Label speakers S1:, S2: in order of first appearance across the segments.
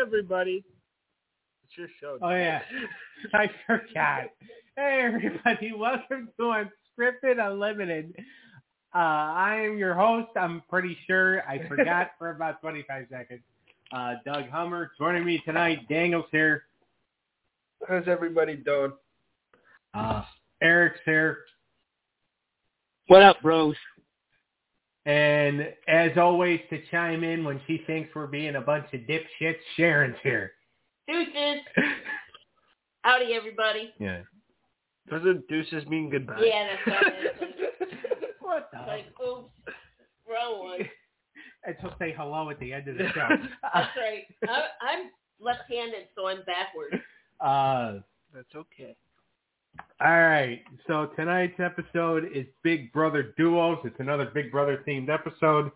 S1: everybody. It's your show.
S2: Oh yeah, I forgot. Hey everybody, welcome to Unscripted Unlimited. Uh, I am your host. I'm pretty sure I forgot for about 25 seconds. Uh, Doug Hummer joining me tonight. Daniel's here.
S1: How's everybody doing?
S2: Uh, Eric's here.
S3: What up, bros?
S2: And as always, to chime in when she thinks we're being a bunch of dipshits, Sharon's here.
S4: Deuces. Howdy, everybody.
S2: Yeah.
S1: Doesn't deuces mean goodbye?
S4: Yeah, that's what it is.
S2: What the?
S4: It's like, oops, wrong one.
S2: And she'll say hello at the end of the show.
S4: That's right. I, I'm left-handed, so I'm backwards.
S2: uh,
S1: That's okay.
S2: All right. So tonight's episode is Big Brother Duos. It's another Big Brother themed episode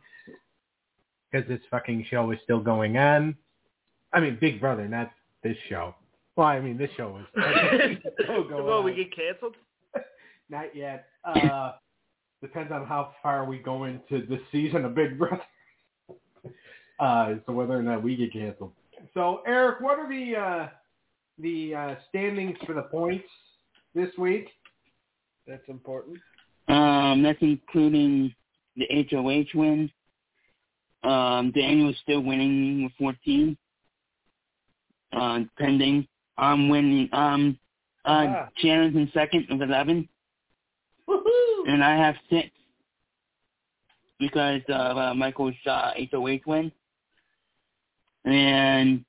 S2: because this fucking show is still going on. I mean, Big Brother, not this show. Well, I mean, this show is still going
S1: well,
S2: on.
S1: we get canceled.
S2: not yet. Uh, depends on how far we go into this season of Big Brother. Uh, so whether or not we get canceled. So Eric, what are the uh, the uh, standings for the points this week?
S1: That's important.
S3: Um, that's including the HOH win. Um, Daniel is still winning with 14. Uh, pending. I'm winning. Um, uh,
S1: Ah.
S3: Sharon's in second with 11,
S4: Woohoo!
S3: and I have six because of uh, Michael's uh, HOH win. And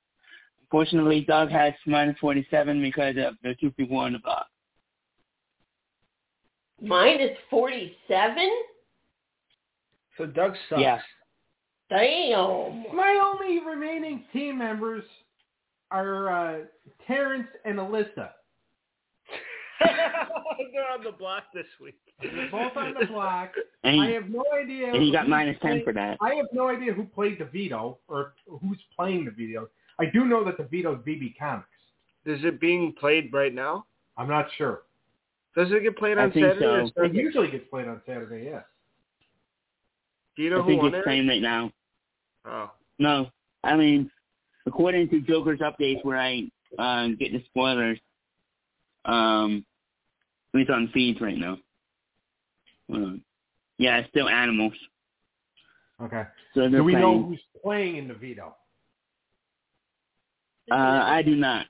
S3: fortunately, Doug has minus 47 because of the two people on the block.
S4: Mine is 47?
S1: So Doug sucks.
S3: Yeah.
S4: Damn.
S2: My only remaining team members are uh, Terrence and Alyssa.
S1: They're on the block this week.
S2: They're both on the block.
S3: And
S2: I
S3: he,
S2: have no idea.
S3: and he got
S2: who's
S3: minus 10
S2: playing-
S3: for that.
S2: I have no idea who played the veto or who's playing the veto. I do know that the veto is BB Comics.
S1: Is it being played right now?
S2: I'm not sure.
S1: Does it get played
S3: I
S1: on
S3: think
S1: Saturday? or
S3: so.
S2: It
S1: Sunday?
S2: usually gets played on Saturday, yes.
S1: Do you know
S3: I
S1: who
S3: think
S1: won
S3: it's
S1: it?
S3: playing right now.
S1: Oh,
S3: No, I mean, according to Joker's updates, where I um, get the spoilers, um, it's on feeds right now. Hold on. Yeah, it's still animals.
S2: Okay.
S3: So they're
S2: Do we
S3: playing.
S2: know who's playing in the veto?
S3: uh, I do not.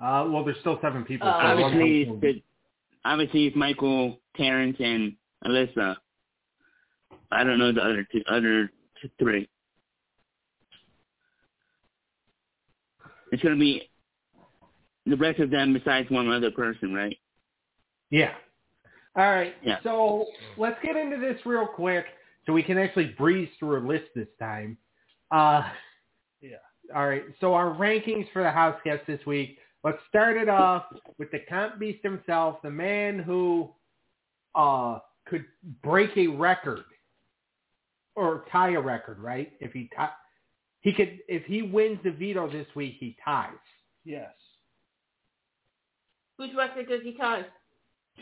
S2: Uh, well, there's still seven people. so
S4: Uh,
S2: one
S3: Obviously,
S2: person-
S3: it's the, obviously it's Michael, Terrence, and Alyssa. I don't know the other two, other t- three. It's gonna be the rest of them besides one other person, right?
S2: Yeah. All right.
S3: Yeah.
S2: So let's get into this real quick so we can actually breeze through a list this time. Uh,
S1: Yeah.
S2: All right. So our rankings for the house guests this week. Let's start it off with the comp beast himself, the man who uh, could break a record or tie a record, right? If he tie, he could if he wins the veto this week, he ties.
S1: yes.
S4: Whose record does he tie?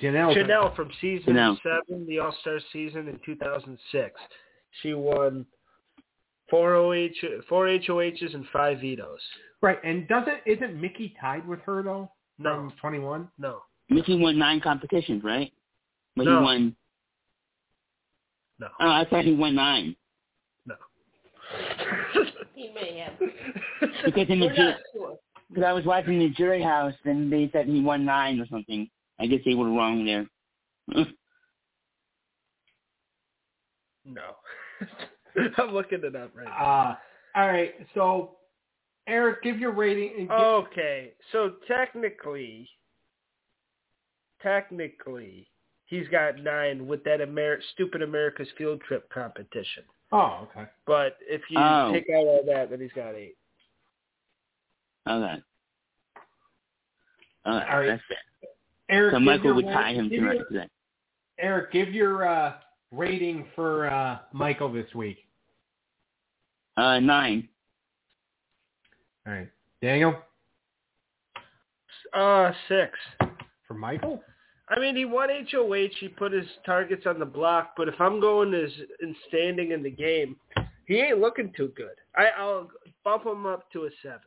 S2: Janelle.
S1: Chanel from season
S3: Chanel.
S1: seven, the All Star season in 2006. She won four OH, four HOHs and five vetoes.
S2: Right. And doesn't isn't Mickey tied with her though?
S1: No,
S2: From 21?
S1: no,
S3: Mickey won nine competitions, right? But
S1: No.
S3: he won.
S1: no,
S3: Oh, I thought he won nine
S1: no.
S4: He may have.
S3: because in the
S4: We're
S3: ju-
S4: not sure.
S3: because I was watching the jury house and they said he won nine or something. I guess they were wrong there.
S1: no. I'm looking it up right now.
S2: Uh, all right. So, Eric, give your rating. And
S1: Oh.
S2: give,
S1: Okay, so technically, technically, he's got nine with that Amer- stupid America's field trip competition.
S2: oh, okay.
S1: But if you
S3: Oh.
S1: take out all that, then he's got eight.
S3: okay. All right,
S2: All right.
S3: that's fair.
S2: Eric,
S3: So
S2: give
S3: Michael
S2: your
S3: would
S2: ra-
S3: tie him
S2: give
S3: to
S2: your-
S3: it today.
S2: Eric, give your uh, rating for uh, Michael this week.
S3: Uh, nine.
S2: All right, Daniel
S1: Uh, six.
S2: for Michael.
S1: I mean, he won HOH. He put his targets on the block. But if I'm going as in standing in the game, he ain't looking too good. I, I'll bump him up to a seven.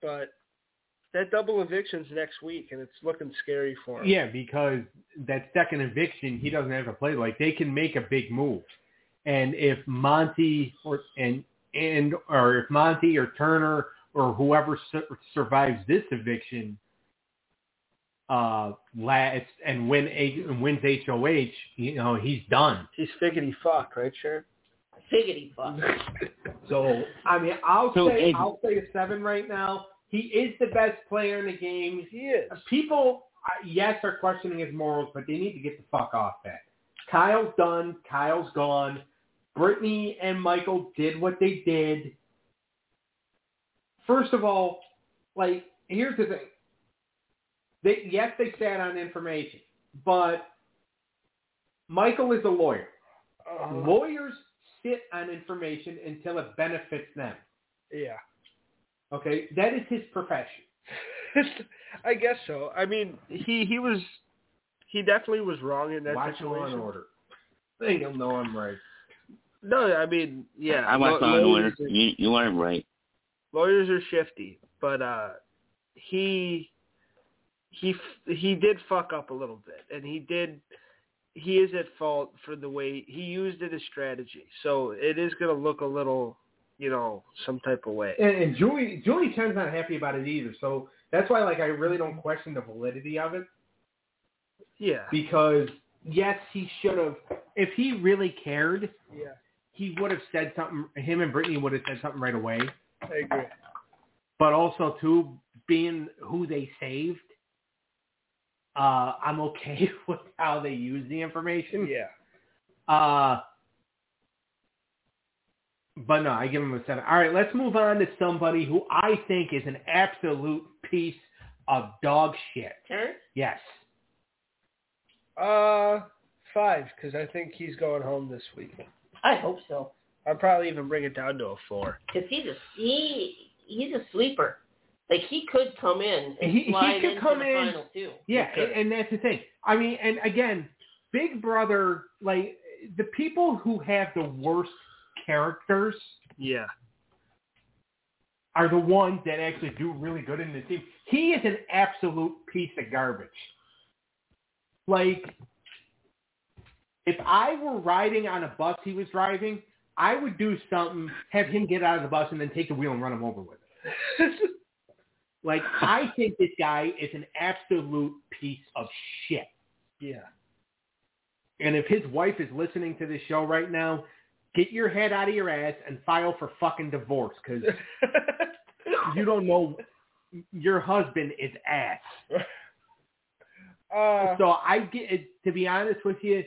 S1: But that double eviction's next week, and it's looking scary for him.
S2: Yeah, because that second eviction, he doesn't have to play. Like they can make a big move, and if Monty or and and or if Monty or Turner or whoever su- survives this eviction, uh, last and win a and wins HOH, you know he's done.
S1: He's figgity fuck, right, Sharon?
S4: Figgity fuck.
S2: So I mean, I'll
S3: So,
S2: say
S3: Ed-
S2: I'll say a seven right now. He is the best player in the game.
S1: He is.
S2: people, uh, yes, are questioning his morals, but they need to get the fuck off that. Kyle's done. Kyle's gone. Brittany and Michael did what they did. First of all, like, here's the thing. They, yes, they sat on information, but Michael is a lawyer. Uh-huh.
S1: Uh,
S2: Lawyers sit on information until it benefits them.
S1: yeah.
S2: Okay? That is his profession.
S1: I guess so. I mean, he he was he definitely was wrong in that
S2: Watch Law and
S1: situation.
S2: Order. They don't know I'm right.
S1: No, I mean, yeah.
S3: I watched
S1: law-
S3: Law and Order.
S1: lawyers are-
S3: You, you are right.
S1: lawyers are shifty, but uh, he he f- he did fuck up a little bit, and he did he is at fault for the way he used it as strategy. So it is going to look a little, you know, some type of way.
S2: And, and Julie Julie Chen's not happy about it either. So that's why like I really don't question the validity of it
S1: Yeah,
S2: because yes, he should have. If he really cared,
S1: yeah,
S2: he would have said something. Him and Brittany would have said something right away.
S1: I agree.
S2: But also too, being who they saved, uh, I'm okay with how they use the information.
S1: Yeah,
S2: Uh, but no, I give him a seven. All right, let's move on to somebody who I think is an absolute piece of dog shit.
S4: Turn?
S2: Yes.
S1: uh, five because I think he's going home this week.
S4: I hope so.
S1: I'll probably even bring it down to a four.
S4: Because he's a he, he's a sleeper. Like he could come in and
S2: He- he
S4: slide
S2: could
S4: into
S2: come
S4: the
S2: in.
S4: final too.
S2: Yeah,
S1: Okay.
S2: and, and that's the thing. I mean, and again, Big Brother, like the people who have the worst characters
S1: Yeah,
S2: are the ones that actually do really good in the team. He is an absolute piece of garbage. Like, if I were riding on a bus he was driving, I would do something, have him get out of the bus and then take the wheel and run him over with it. Like, I think this guy is an absolute piece of shit.
S1: yeah.
S2: And if his wife is listening to this show right now, get your head out of your ass and file for fucking divorce because you don't know your husband is ass.
S1: uh,
S2: So I get it, to be honest with you.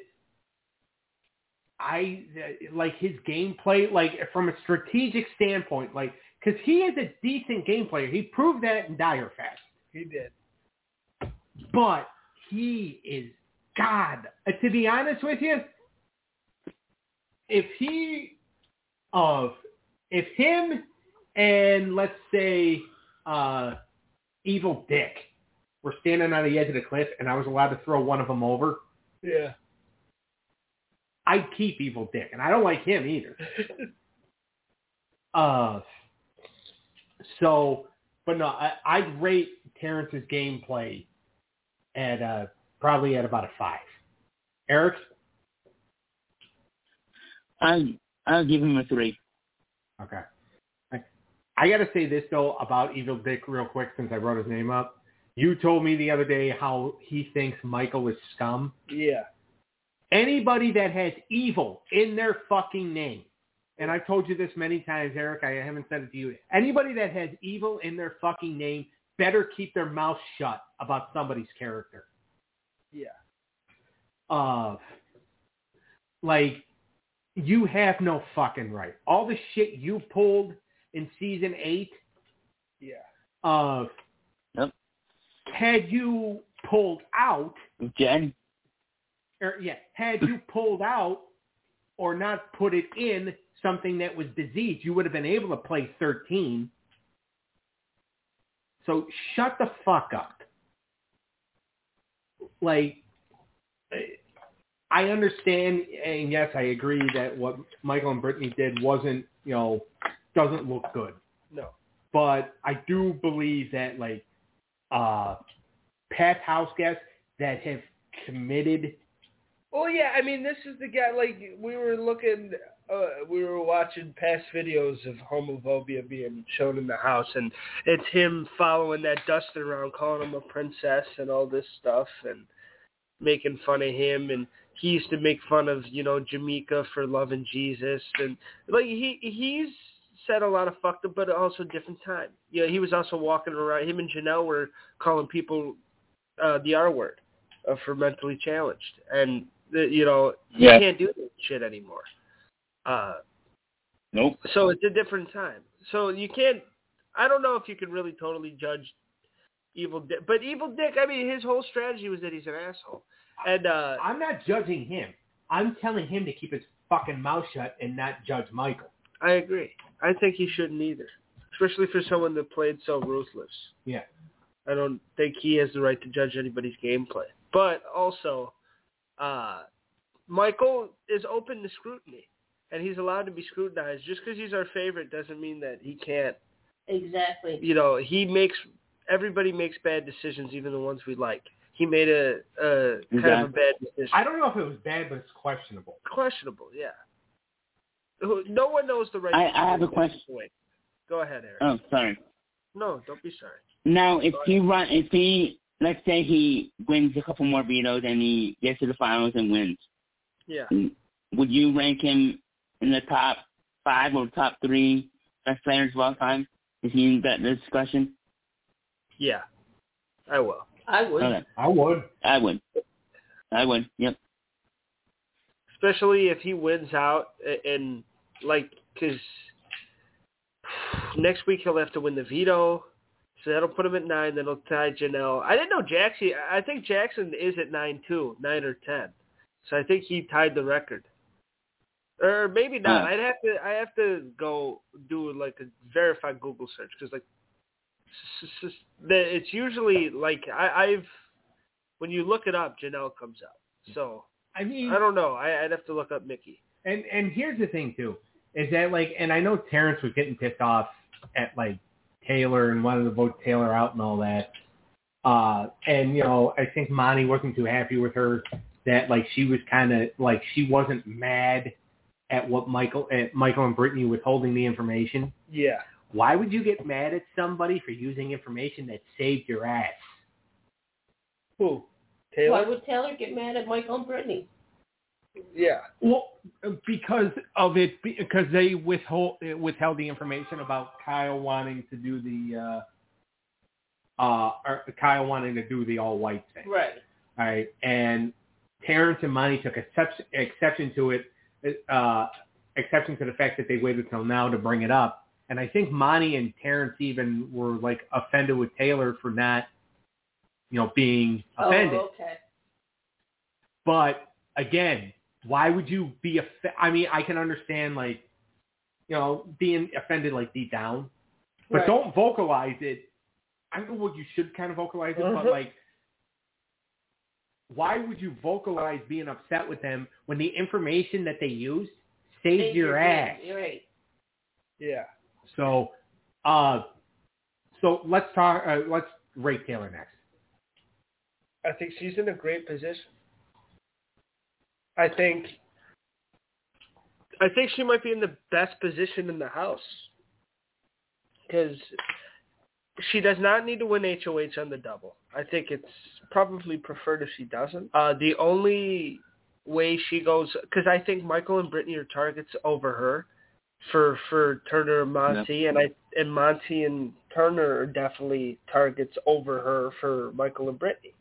S2: I like his gameplay, like from a strategic standpoint, like because he is a decent game player. He proved that in Dire Fest,
S1: he did.
S2: but he is God. Uh, to be honest with you, if he, of if him and let's say uh, Evil Dick were standing on the edge of the cliff, and I was allowed to throw one of them over.
S1: Yeah.
S2: I keep Evil Dick, and I don't like him either. uh, so, but no, I, I'd rate Terrence's gameplay at uh, probably at about a five. Eric,
S3: I'll I'll give him a three.
S2: okay. I, I got to say this though about Evil Dick real quick since I wrote his name up. You told me the other day how he thinks Michael is scum.
S1: Yeah.
S2: anybody that has evil in their fucking name, and I've told you this many times, Eric, I haven't said it to you. Anybody that has evil in their fucking name better keep their mouth shut about somebody's character.
S1: Yeah.
S2: Uh, like, you have no fucking right. All the shit you pulled in season eight
S1: Yeah.
S2: of
S3: Yep.
S2: had you pulled out
S3: Jen,
S2: or yeah, had you pulled out or not put it in something that was diseased, you would have been able to play 13. So shut the fuck up. Like, I- I understand, and yes, I agree that what Michael and Brittany did wasn't, you know, doesn't look good.
S1: No.
S2: But I do believe that like uh past house guests that have committed
S1: Well, yeah, I mean, this is the guy. Like we were looking, uh, we were watching past videos of homophobia being shown in the house, and it's him following that Dustin around, calling him a princess and all this stuff, and making fun of him. And he used to make fun of you know Jamaica for loving Jesus, and like he he's said a lot of fucked up, but also different time. You know, he was also walking around. Him and Janelle were calling people uh, the R word. Uh, for mentally challenged, and that you know you
S3: Yeah.
S1: can't do that shit anymore. Uh,
S3: Nope.
S1: so it's a different time. So you can't. I don't know if you can really totally judge Evil Dick, but Evil Dick. I mean, his whole strategy was that he's an asshole, and uh,
S2: I'm not judging him. I'm telling him to keep his fucking mouth shut and not judge Michael.
S1: I agree. I think he shouldn't either, especially for someone that played so ruthless.
S2: Yeah.
S1: I don't think he has the right to judge anybody's gameplay. But also, uh, Michael is open to scrutiny, and he's allowed to be scrutinized. Just because he's our favorite doesn't mean that he can't.
S4: Exactly.
S1: You know, he makes everybody makes bad decisions, even the ones we like. He made a, a kind of a
S3: Exactly.
S1: bad decision.
S2: I don't know if it was bad, but it's questionable.
S1: Questionable, yeah. Who- No one knows the right.
S3: I- I have
S1: decision at
S3: a
S1: this
S3: question.
S1: point. Go ahead, Eric.
S3: Oh, sorry.
S1: no, don't be sorry.
S3: Now, if he run, if he, let's say he wins a couple more vetoes and he gets to the finals and wins,
S1: Yeah.
S3: would you rank him in the top five or top three best players of all time? Is he in that discussion?
S1: Yeah. I will.
S4: I would.
S3: Okay,
S2: I would.
S3: I would. I would. Yep.
S1: Especially if he wins out a- and like cuz next week he'll have to win the veto. So that'll put him at 9, then he'll tie Janelle. I didn't know Jackson I think Jackson is at 9 too, 9 or 10. So I think he tied the record. Or maybe not.
S3: Huh.
S1: I'd have to I have to go do like a verified Google search cuz like s- s- s- the- it's usually like I, I've when you look it up, Janelle comes up. So
S2: I mean,
S1: I don't know. I, I'd have to look up Mickey.
S2: and and here's the thing too, is that like, and I know Terrence was getting pissed off at like Taylor and wanted to vote Taylor out and all that. Uh, and you know, I think Monty wasn't too happy with her that like she was kind of like she wasn't mad at what Michael at Michael and Brittany withholding the information.
S1: Yeah.
S2: Why would you get mad at somebody for using information that saved your ass?
S1: Who?
S4: Why would Taylor get mad at Michael and Brittany?
S1: yeah.
S2: Well, because of it, because they withhold withheld the information about Kyle wanting to do the uh, uh, or Kyle wanting to do the all white thing,
S4: Right.
S2: all right? And Terrence and Monty took exception, exception to it, uh, exception to the fact that they waited till now to bring it up. And I think Monty and Terrence even were like offended with Taylor for not, you know, being offended.
S4: Oh, okay.
S2: But again, why would you be offended? I mean, I can understand like, you know, being offended like deep down, but
S4: Right.
S2: don't vocalize it. I know what you should kind of vocalize it, but
S1: Mhm.
S2: like, why would you vocalize being upset with them when the information that they used saved
S4: Save
S2: your, ass?
S4: hand. You're right.
S1: Yeah.
S2: So, uh, so let's talk. Uh, let's rate Taylor next.
S1: I think she's in a great position. I think. I think she might be in the best position in the house because she does not need to win HOH on the double. I think it's probably preferred if she doesn't. Uh, the only way she goes, because I think Michael and Brittany are targets over her for for Turner and Monty, and I and Monty and Turner are definitely targets over her for Michael and Brittany.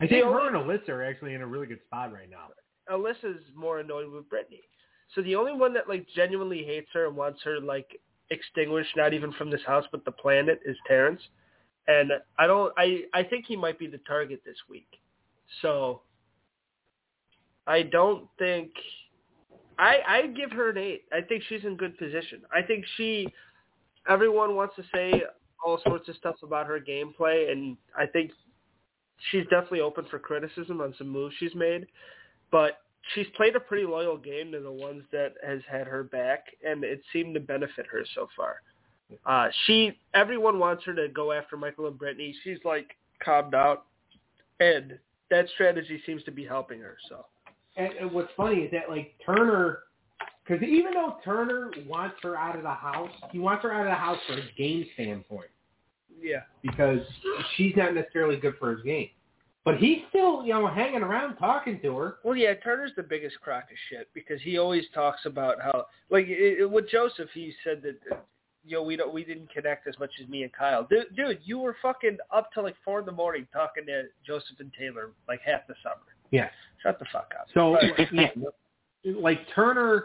S2: I think
S1: The
S2: her and Alyssa are actually in a really good spot right now.
S1: Alyssa's more annoyed with Brittany. So the only one that like genuinely hates her and wants her like extinguished, not even from this house but the planet, is Terrence. And I don't. I I think he might be the target this week. So I don't think. I I give her an eight. I think she's in good position. I think she. Everyone wants to say all sorts of stuff about her gameplay, and I think she's definitely open for criticism on some moves she's made but she's played a pretty loyal game to the ones that has had her back, and it seemed to benefit her so far. Uh, she everyone wants her to go after Michael and Brittany. She's like calmed out, and that strategy seems to be helping her. So
S2: And, and what's funny is that like Turner, because even though Turner wants her out of the house, he wants her out of the house for a game standpoint
S1: yeah,
S2: because she's not necessarily good for his game. But he's still you know hanging around talking to her.
S1: Well, yeah, Turner's the biggest crock of shit because he always talks about how, like, it, it, with Joseph, he said that, uh, yo, we don't, we didn't connect as much as me and Kyle. Dude, dude, you were fucking up till like four in the morning talking to Joseph and Taylor like half the summer.
S2: Yeah.
S1: Shut the fuck up.
S2: So
S3: Right.
S2: yeah, like Turner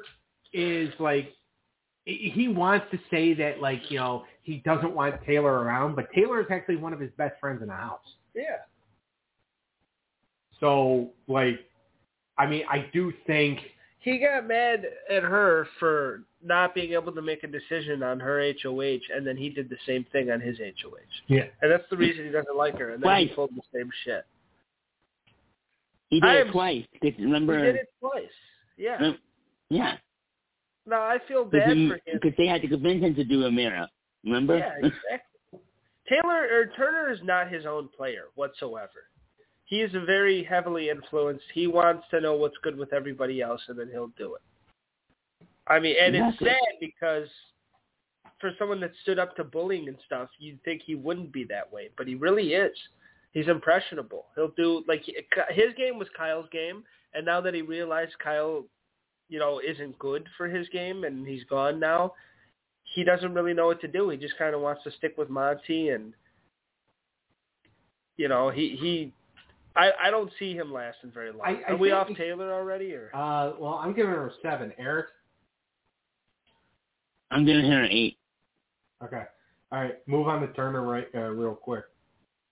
S2: is like he he wants to say that like you know he doesn't want Taylor around, but Taylor is actually one of his best friends in the house.
S1: Yeah.
S2: So like, I mean, I do think
S1: He got mad at her for not being able to make a decision on her HOH, and then he did the same thing on his HOH.
S2: Yeah.
S1: And that's the reason he doesn't like her, and then he
S3: Right.
S1: pulled the same shit.
S3: He did
S1: I
S3: it
S1: am-
S3: twice. 'cause
S1: He
S3: remember?
S1: did it twice. Yeah.
S3: Rem- Yeah,
S1: No, I feel bad for him.
S3: because they had to convince him to do a mirror. Remember?
S1: Yeah, exactly. Taylor or Turner is not his own player whatsoever. He is very heavily influenced. He wants to know what's good with everybody else, and then he'll do it. I mean, and
S3: Exactly.
S1: it's sad because for someone that stood up to bullying and stuff, you'd think he wouldn't be that way, but he really is. He's impressionable. He'll do like his game was Kyle's game, and now that he realized Kyle, you know, isn't good for his game, and he's gone now, he doesn't really know what to do. He just kind of wants to stick with Monty, and you know, he he, I I don't see him lasting very long.
S2: I- I
S1: Are we
S2: think
S1: off
S2: he-
S1: Taylor already, or
S2: uh well I'm giving her a seven, Eric.
S3: I'm gonna hit an eight.
S2: Okay, all right, move on to Turner right uh, real quick.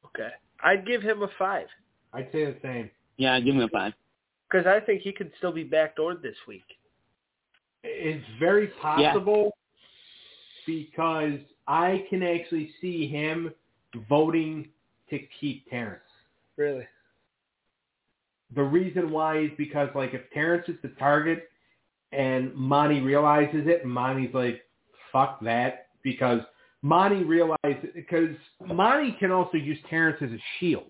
S1: okay? I'd give him a five
S2: I'd say the same.
S3: Yeah, give him a five.
S1: because I think he could still be backdoored this week.
S2: It's very possible because I can actually see him voting to keep Terrence.
S1: Really?
S2: The reason why is because like if Terrence is the target and Monty realizes it, Monty's like, fuck that because Monty realizes because Monty can also use Terrence as a shield.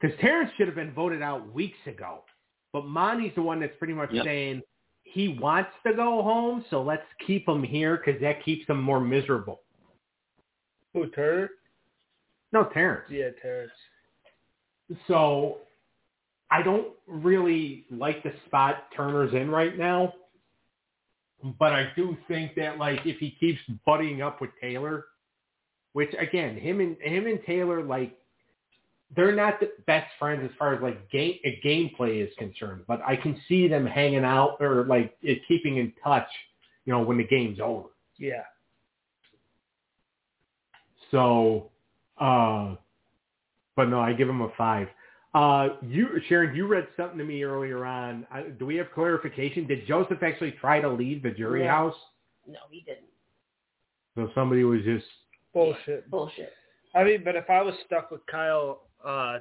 S2: Because Terrence should have been voted out weeks ago. But Monty's the one that's pretty much
S3: Yep.
S2: saying he wants to go home, so let's keep him here because that keeps him more miserable.
S1: Who Turner?
S2: No, Terrence.
S1: Yeah, Terrence.
S2: So I don't really like the spot Turner's in right now. But I do think that like if he keeps buddying up with Taylor, which again, him and him and Taylor like they're not the best friends as far as like game uh, gameplay is concerned, but I can see them hanging out or like it- keeping in touch, you know, when the game's over.
S1: Yeah.
S2: So, uh, but no, I give him a five. Uh, you, Sharon, you read something to me earlier on. I, do we have clarification? Did Joseph actually try to leave the jury
S4: No.
S2: house?
S4: No, he didn't.
S2: So somebody was just
S1: Bullshit.
S4: Bullshit.
S1: I mean, but if I was stuck with Kyle, uh,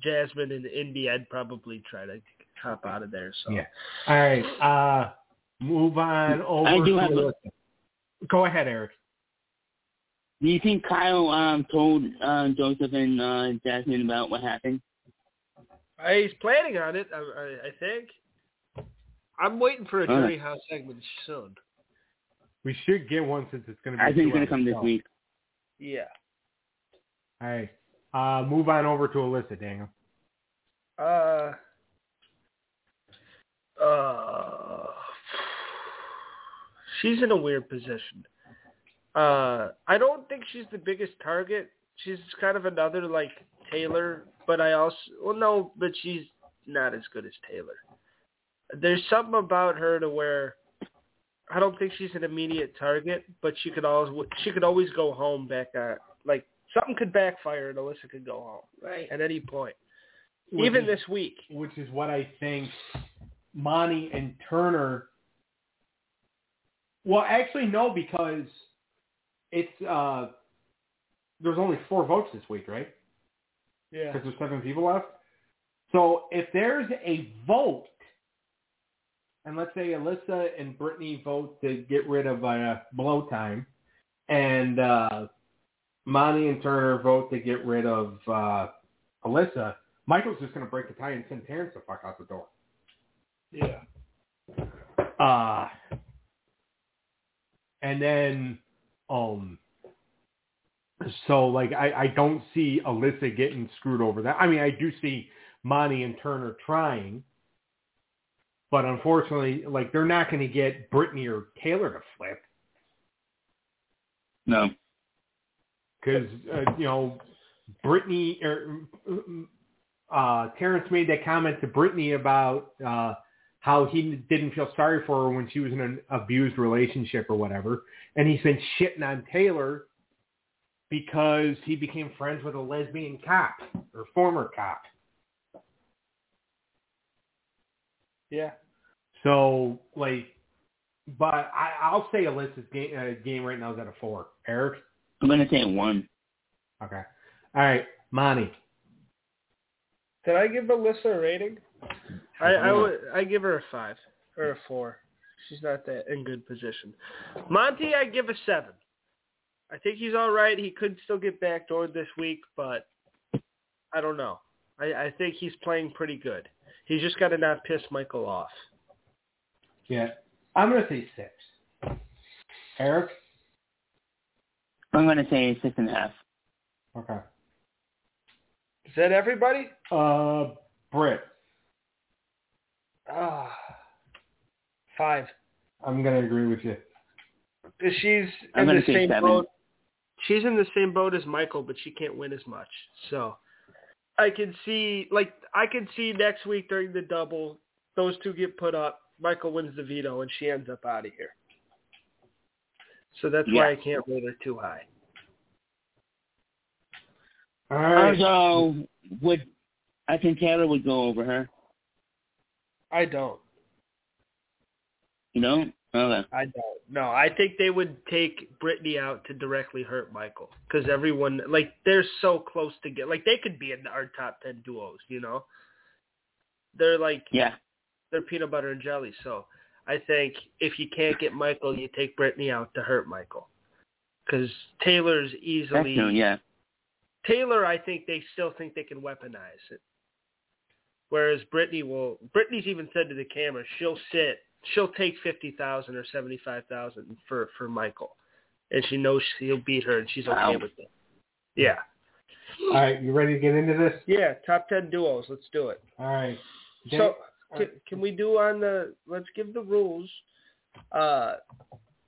S1: Jasmine, and Indy, I'd probably try to hop out of there. So
S2: Yeah. all right. Uh, move on over.
S3: do
S2: to-
S3: have a-
S2: Go ahead, Eric.
S3: Do you think Kyle um told um Joseph and uh Jasmine about what happened?
S1: I, he's planning on it. I, I, I think. I'm waiting for a
S3: All right.
S1: jury house segment soon.
S2: We should get one since it's going to be.
S3: I think
S2: two
S3: it's
S2: hours.
S3: gonna come this
S2: So,
S3: week.
S1: Yeah.
S2: All right. Uh, move on over to Alyssa, Daniel.
S1: Uh. Uh. She's in a weird position. Uh, I don't think she's the biggest target. She's kind of another like Taylor, but I also well no, but she's not as good as Taylor. There's something about her to where I don't think she's an immediate target, but she could always she could always go home back at like something could backfire and Alyssa could go home
S4: Right.
S1: at any point
S2: Would
S1: even
S2: you-
S1: this week.
S2: which is what I think Monty and Turner. Well, actually, no, because it's uh, there's only four votes this week, right?
S1: Yeah.
S2: Because there's seven people left. So if there's a vote, and let's say Alyssa and Brittany vote to get rid of uh, blow time, and uh, Monty and Turner vote to get rid of uh, Alyssa, Michael's just going to break the tie and send Terrence the fuck out the door.
S1: Yeah.
S2: Uh, and then, um, so like I, I don't see Alyssa getting screwed over that. I mean, I do see Monty and Turner trying, but unfortunately, like they're not going to get Brittany or Taylor to flip
S3: No.
S2: because uh, you know Brittany or uh, Terrence made that comment to Brittany about uh, how he didn't feel sorry for her when she was in an abused relationship or whatever, and he's been shitting on Taylor because he became friends with a lesbian cop or former cop.
S1: Yeah.
S2: So like, but I, I'll say Alyssa's game, uh, game right now is at a four. Eric.
S3: I'm gonna say one.
S2: Okay. All right, Monty.
S1: Did I give Alyssa a rating? I I, would, I give her a five or a four. She's not that in good position. Monty, I give a seven. I think he's all right. He could still get backdoored this week, but I don't know. I, I think he's playing pretty good. He's just got to not piss Michael off.
S2: Yeah, I'm gonna say six. Eric.
S3: I'm gonna say six and a half.
S2: Okay.
S1: Is that everybody?
S2: Uh, Britt.
S1: Ah, five.
S2: I'm gonna agree with you.
S1: She's in
S3: I'm
S1: the
S3: gonna say
S1: same
S3: seven.
S1: boat. She's in the same boat as Michael, but she can't win as much. So I can see, like, I can see next week during the double, those two get put up. Michael wins the veto, and she ends up out of here. So that's why I
S3: Yeah.
S1: can't rate her too high.
S2: All right.
S3: Also, would I think Taylor would go over her?
S1: I don't.
S3: You know? Okay.
S1: I don't. No, I think they would take Brittany out to directly hurt Michael because everyone like they're so close to get like they could be in our top ten duos. You know, they're like
S3: Yeah.
S1: they're peanut butter and jelly. So I think if you can't get Michael, you take Brittany out to hurt Michael because Taylor's
S3: That's
S1: easily
S3: true. Yeah.
S1: Taylor. I think they still think they can weaponize it, whereas Brittany will. Brittany's even said to the camera, she'll sit, she'll take fifty thousand or seventy five thousand for for Michael, and she knows he'll beat her, and she's okay
S3: Wow.
S1: with it. Yeah,
S2: All right. You ready to get into this?
S1: yeah. Top ten duos. Let's do it.
S2: All right.
S1: So can, can we do on the let's give the rules. Uh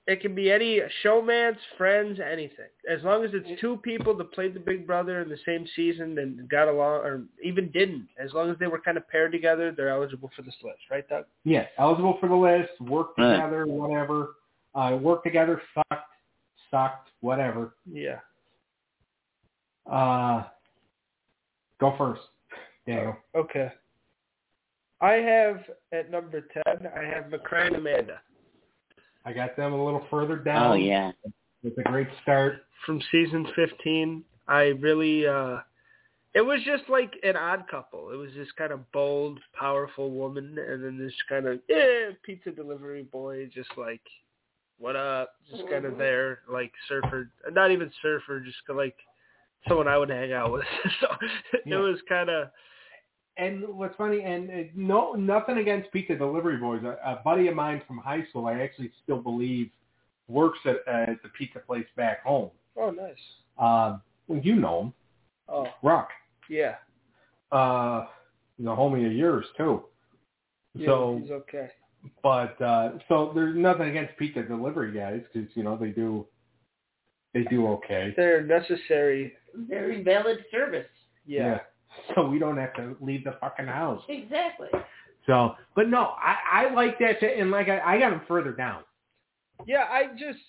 S1: it can be any showman's friends, anything. As long as it's two people that played the Big Brother in the same season and got along or even didn't. As long as they were kind of paired together, they're eligible for this list, right, Doug?
S2: Yeah, eligible for the list, work
S3: Right.
S2: together, whatever. Uh, work together, fucked, sucked, whatever.
S1: Yeah.
S2: Uh, go first, Daniel.
S1: Okay. I have at number ten, I have McCray and Amanda
S2: I got them a little further down.
S3: Oh yeah.
S2: It's a great start.
S1: from season fifteen. I really uh it was just like an odd couple. It was this kind of bold, powerful woman, and then this kind of eh, pizza delivery boy, just like what up, just kind of there, like surfer, not even surfer, just like someone I would hang out with. so
S2: Yeah.
S1: it was kind of
S2: And what's funny, and uh, no, nothing against pizza delivery boys. A, a buddy of mine from high school, I actually still believe, works at, uh, at the pizza place back home.
S1: oh nice.
S2: Uh, well, you know him,
S1: Oh
S2: Rock.
S1: yeah,
S2: Uh, he's a homie of yours too.
S1: yeah
S2: so
S1: he's okay.
S2: But uh, so there's nothing against pizza delivery guys because you know they do they do okay.
S1: They're necessary.
S4: Very valid service.
S1: Yeah.
S2: So we don't have to leave the fucking house.
S4: Exactly.
S2: So, but no, I, I like that shit, and like I, I got them further down.
S1: Yeah, I just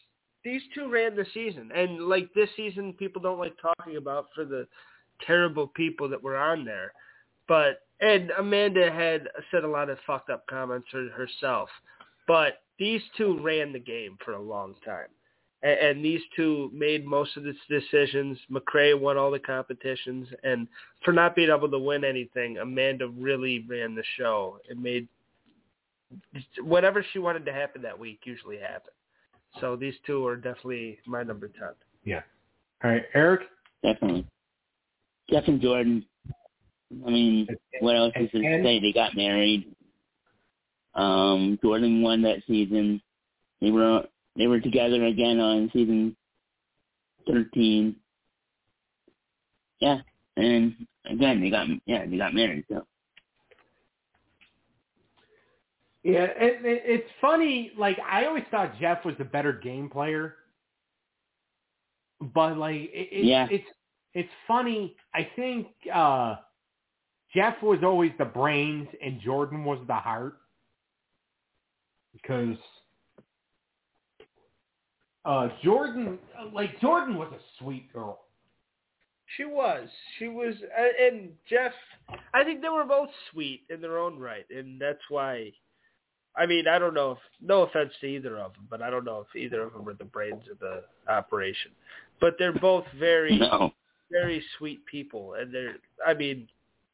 S1: these two ran the season, and like this season, people don't like talking about for the terrible people that were on there. But and Amanda had said a lot of fucked up comments her, herself, but these two ran the game for a long time, and, and these two made most of the decisions. McRae won all the competitions, and for not being able to win anything, Amanda really ran the show and made whatever she wanted to happen that week usually happened. So these two are definitely my number ten.
S2: All right, Eric.
S3: Definitely. Jeff and Jordan. I mean, what else is there to
S2: And-
S3: say? They got married. Um, Jordan won that season. They were they were together again on season thirteen. Yeah, and again they got yeah they got married. So
S2: Yeah, it, it, it's funny. Like I always thought Jeff was the better game player, but like it, it,
S3: Yeah.
S2: it's it's funny. I think uh Jeff was always the brains and Jordan was the heart because uh Jordan like Jordan was a sweet girl.
S1: She was. She was. a- And Jeff, I think they were both sweet in their own right, and that's why. I mean, I don't know if no offense to either of them, but I don't know if either of them were the brains of the operation. But they're both very,
S3: no,
S1: very sweet people, and they're. I mean,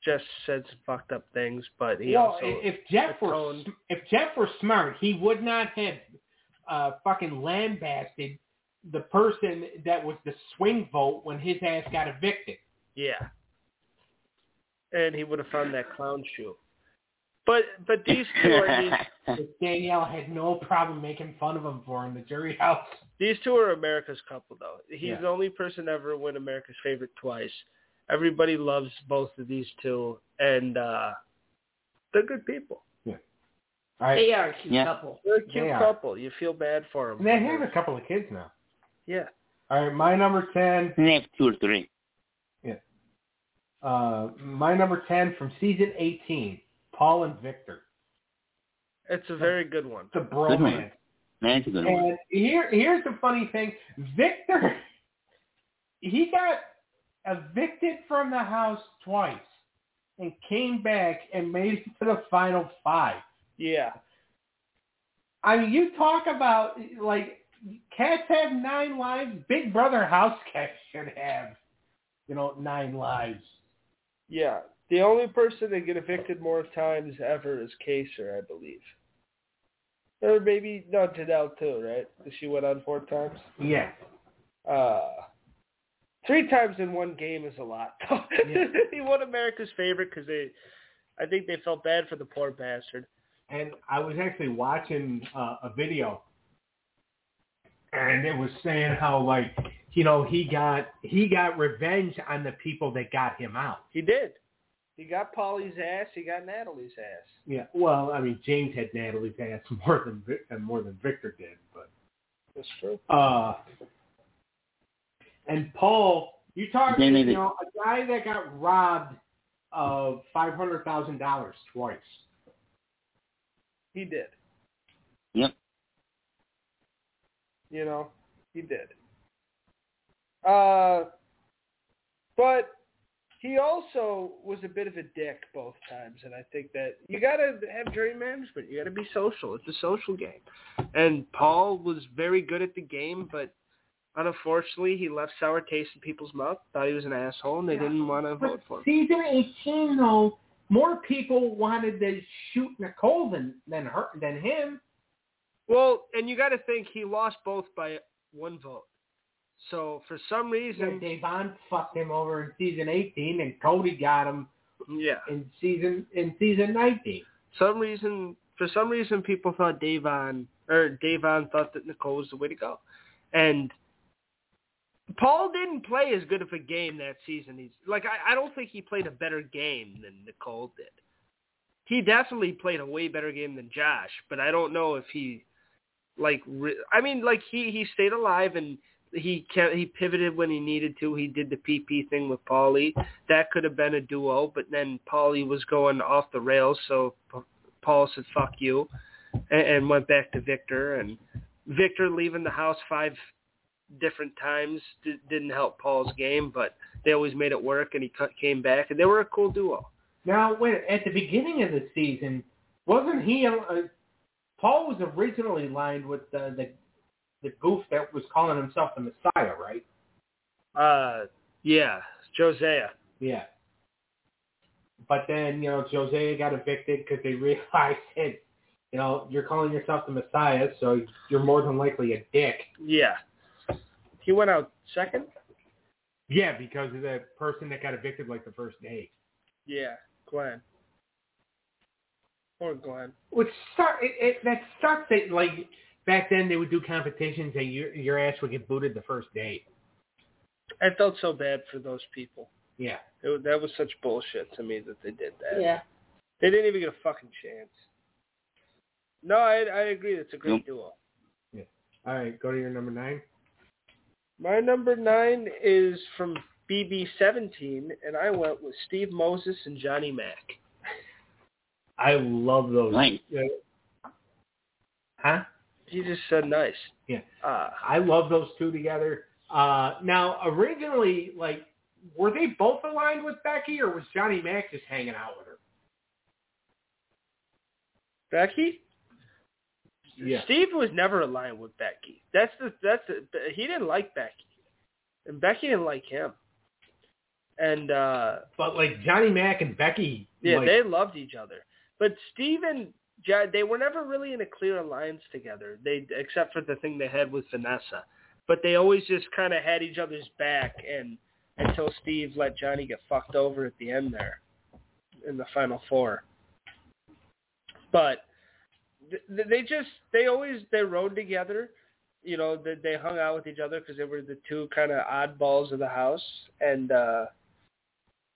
S1: Jeff said some fucked up things, but he
S2: Well,
S1: also.
S2: i- if Jeff were
S1: atoned.
S2: sm- if Jeff were smart, he would not have uh, fucking lambasted the person that was the swing vote when his ass got evicted.
S1: Yeah. And he would have found that clown shoe. But but these two, I mean,
S2: Because Danielle had no problem making fun of him for in the jury house.
S1: These two are America's couple, though. He's
S2: Yeah.
S1: the only person to ever win America's favorite twice. Everybody loves both of these two, and uh, they're good people.
S2: All right,
S4: They are a cute
S3: Yeah.
S4: couple.
S1: They're a cute
S2: They are.
S1: couple. You feel bad for them.
S2: and they have a couple of kids now.
S1: yeah.
S2: All right, my number ten.
S3: they have two or three.
S2: Uh, my number ten from season eighteen. Paul and Victor,
S1: It's a very good one.
S2: the
S3: Good one.
S2: bromance.
S3: That's a good one.
S2: And here, here's the funny thing. Victor, he got evicted from the house twice and came back and made it to the final five.
S1: Yeah.
S2: I mean, you talk about, like, cats have nine lives. Big Brother house cats should have, you know, nine lives.
S1: Yeah. The only person to get evicted more times ever is Kaser, I believe. Or maybe, no, Janelle too, right? She went on four times.
S2: Yeah.
S1: uh, three times in one game is a lot.
S2: Yeah.
S1: he won America's favorite because they, I think they felt bad for the poor bastard.
S2: and I was actually watching uh, a video, and it was saying how like you know he got he got revenge on the people that got him out.
S1: He did. He got Polly's ass. He got Natalie's ass.
S2: Yeah, well, I mean James had Natalie's ass more than Vic- and more than Victor did, but
S1: That's true.
S2: uh, and Paul, you talk
S3: Then
S2: you
S3: it-
S2: know a guy that got robbed of five hundred thousand dollars twice.
S1: He did.
S3: Yep.
S1: You know, he did. Uh, but he also was a bit of a dick both times, and I think that you got to have dream management. You got to be social. It's a social game, and Paul was very good at the game, but unfortunately, he left sour taste in people's mouth. Thought he was an asshole, and they
S2: Yeah.
S1: didn't want to vote for him.
S2: Season eighteen though, more people wanted to shoot Nicole than than her than him.
S1: Well, and you got to think he lost both by one vote. So for some reason,
S2: Davon fucked him over in season eighteen, and Cody got him
S1: yeah,
S2: in season in season nineteen.
S1: some reason for some reason people thought Davon or Davon thought that Nicole was the way to go, and Paul didn't play as good of a game that season. He's like I, I don't think he played a better game than Nicole did. He definitely played a way better game than Josh, but I don't know if he like re- I mean like he he stayed alive and he kept, he pivoted when he needed to. He did the PP thing with Paulie that could have been a duo, but then Paulie was going off the rails, so P- Paul said "fuck you," and, and went back to Victor, and Victor leaving the house five different times d- didn't help Paul's game, but they always made it work, and he cut, came back, and they were a cool duo.
S2: Now, wait, at the beginning of the season, wasn't he? Uh, Paul was originally lined with the, the the goof that was calling himself the Messiah, right?
S1: Uh, yeah, Josea.
S2: Yeah. But then, you know, Jose got evicted because they realized that You know, you're calling yourself the Messiah, so you're more than likely a dick.
S1: Yeah. He went out second?
S2: Yeah, because of the person that got evicted like the first day.
S1: Yeah, Glenn. Or Glenn.
S2: Which start it, it that sucks that like back then they would do competitions and your your ass would get booted the first day.
S1: I felt so bad for those people.
S2: Yeah.
S1: It, wa- that was such bullshit to me that they did that.
S4: Yeah.
S1: They didn't even get a fucking chance. No, I, I agree. That's a great duo.
S2: All right, go to your number nine.
S1: My number nine is from BB17, and I went with Steve Moses and Johnny Mack.
S2: I love those.
S3: Nice.
S2: Yeah. Huh?
S1: He just said nice.
S2: Yeah.
S1: Uh,
S2: I love those two together. Uh, now, originally, like, were they both aligned with Becky, or was Johnny Mack just hanging out with her?
S1: Becky?
S2: Yeah.
S1: Steve was never aligned with Becky. That's the that's the, he didn't like Becky, and Becky didn't like him. And uh
S2: But like Johnny Mack and Becky,
S1: yeah,
S2: like,
S1: they loved each other. But Steve and Ja they were never really in a clear alliance together. They except for the thing they had with Vanessa, but they always just kind of had each other's back, and until Steve let Johnny get fucked over at the end there, in the final four. But th- th- they just they always they rode together. You know, they, they hung out with each other because they were the two kind of oddballs of the house, and uh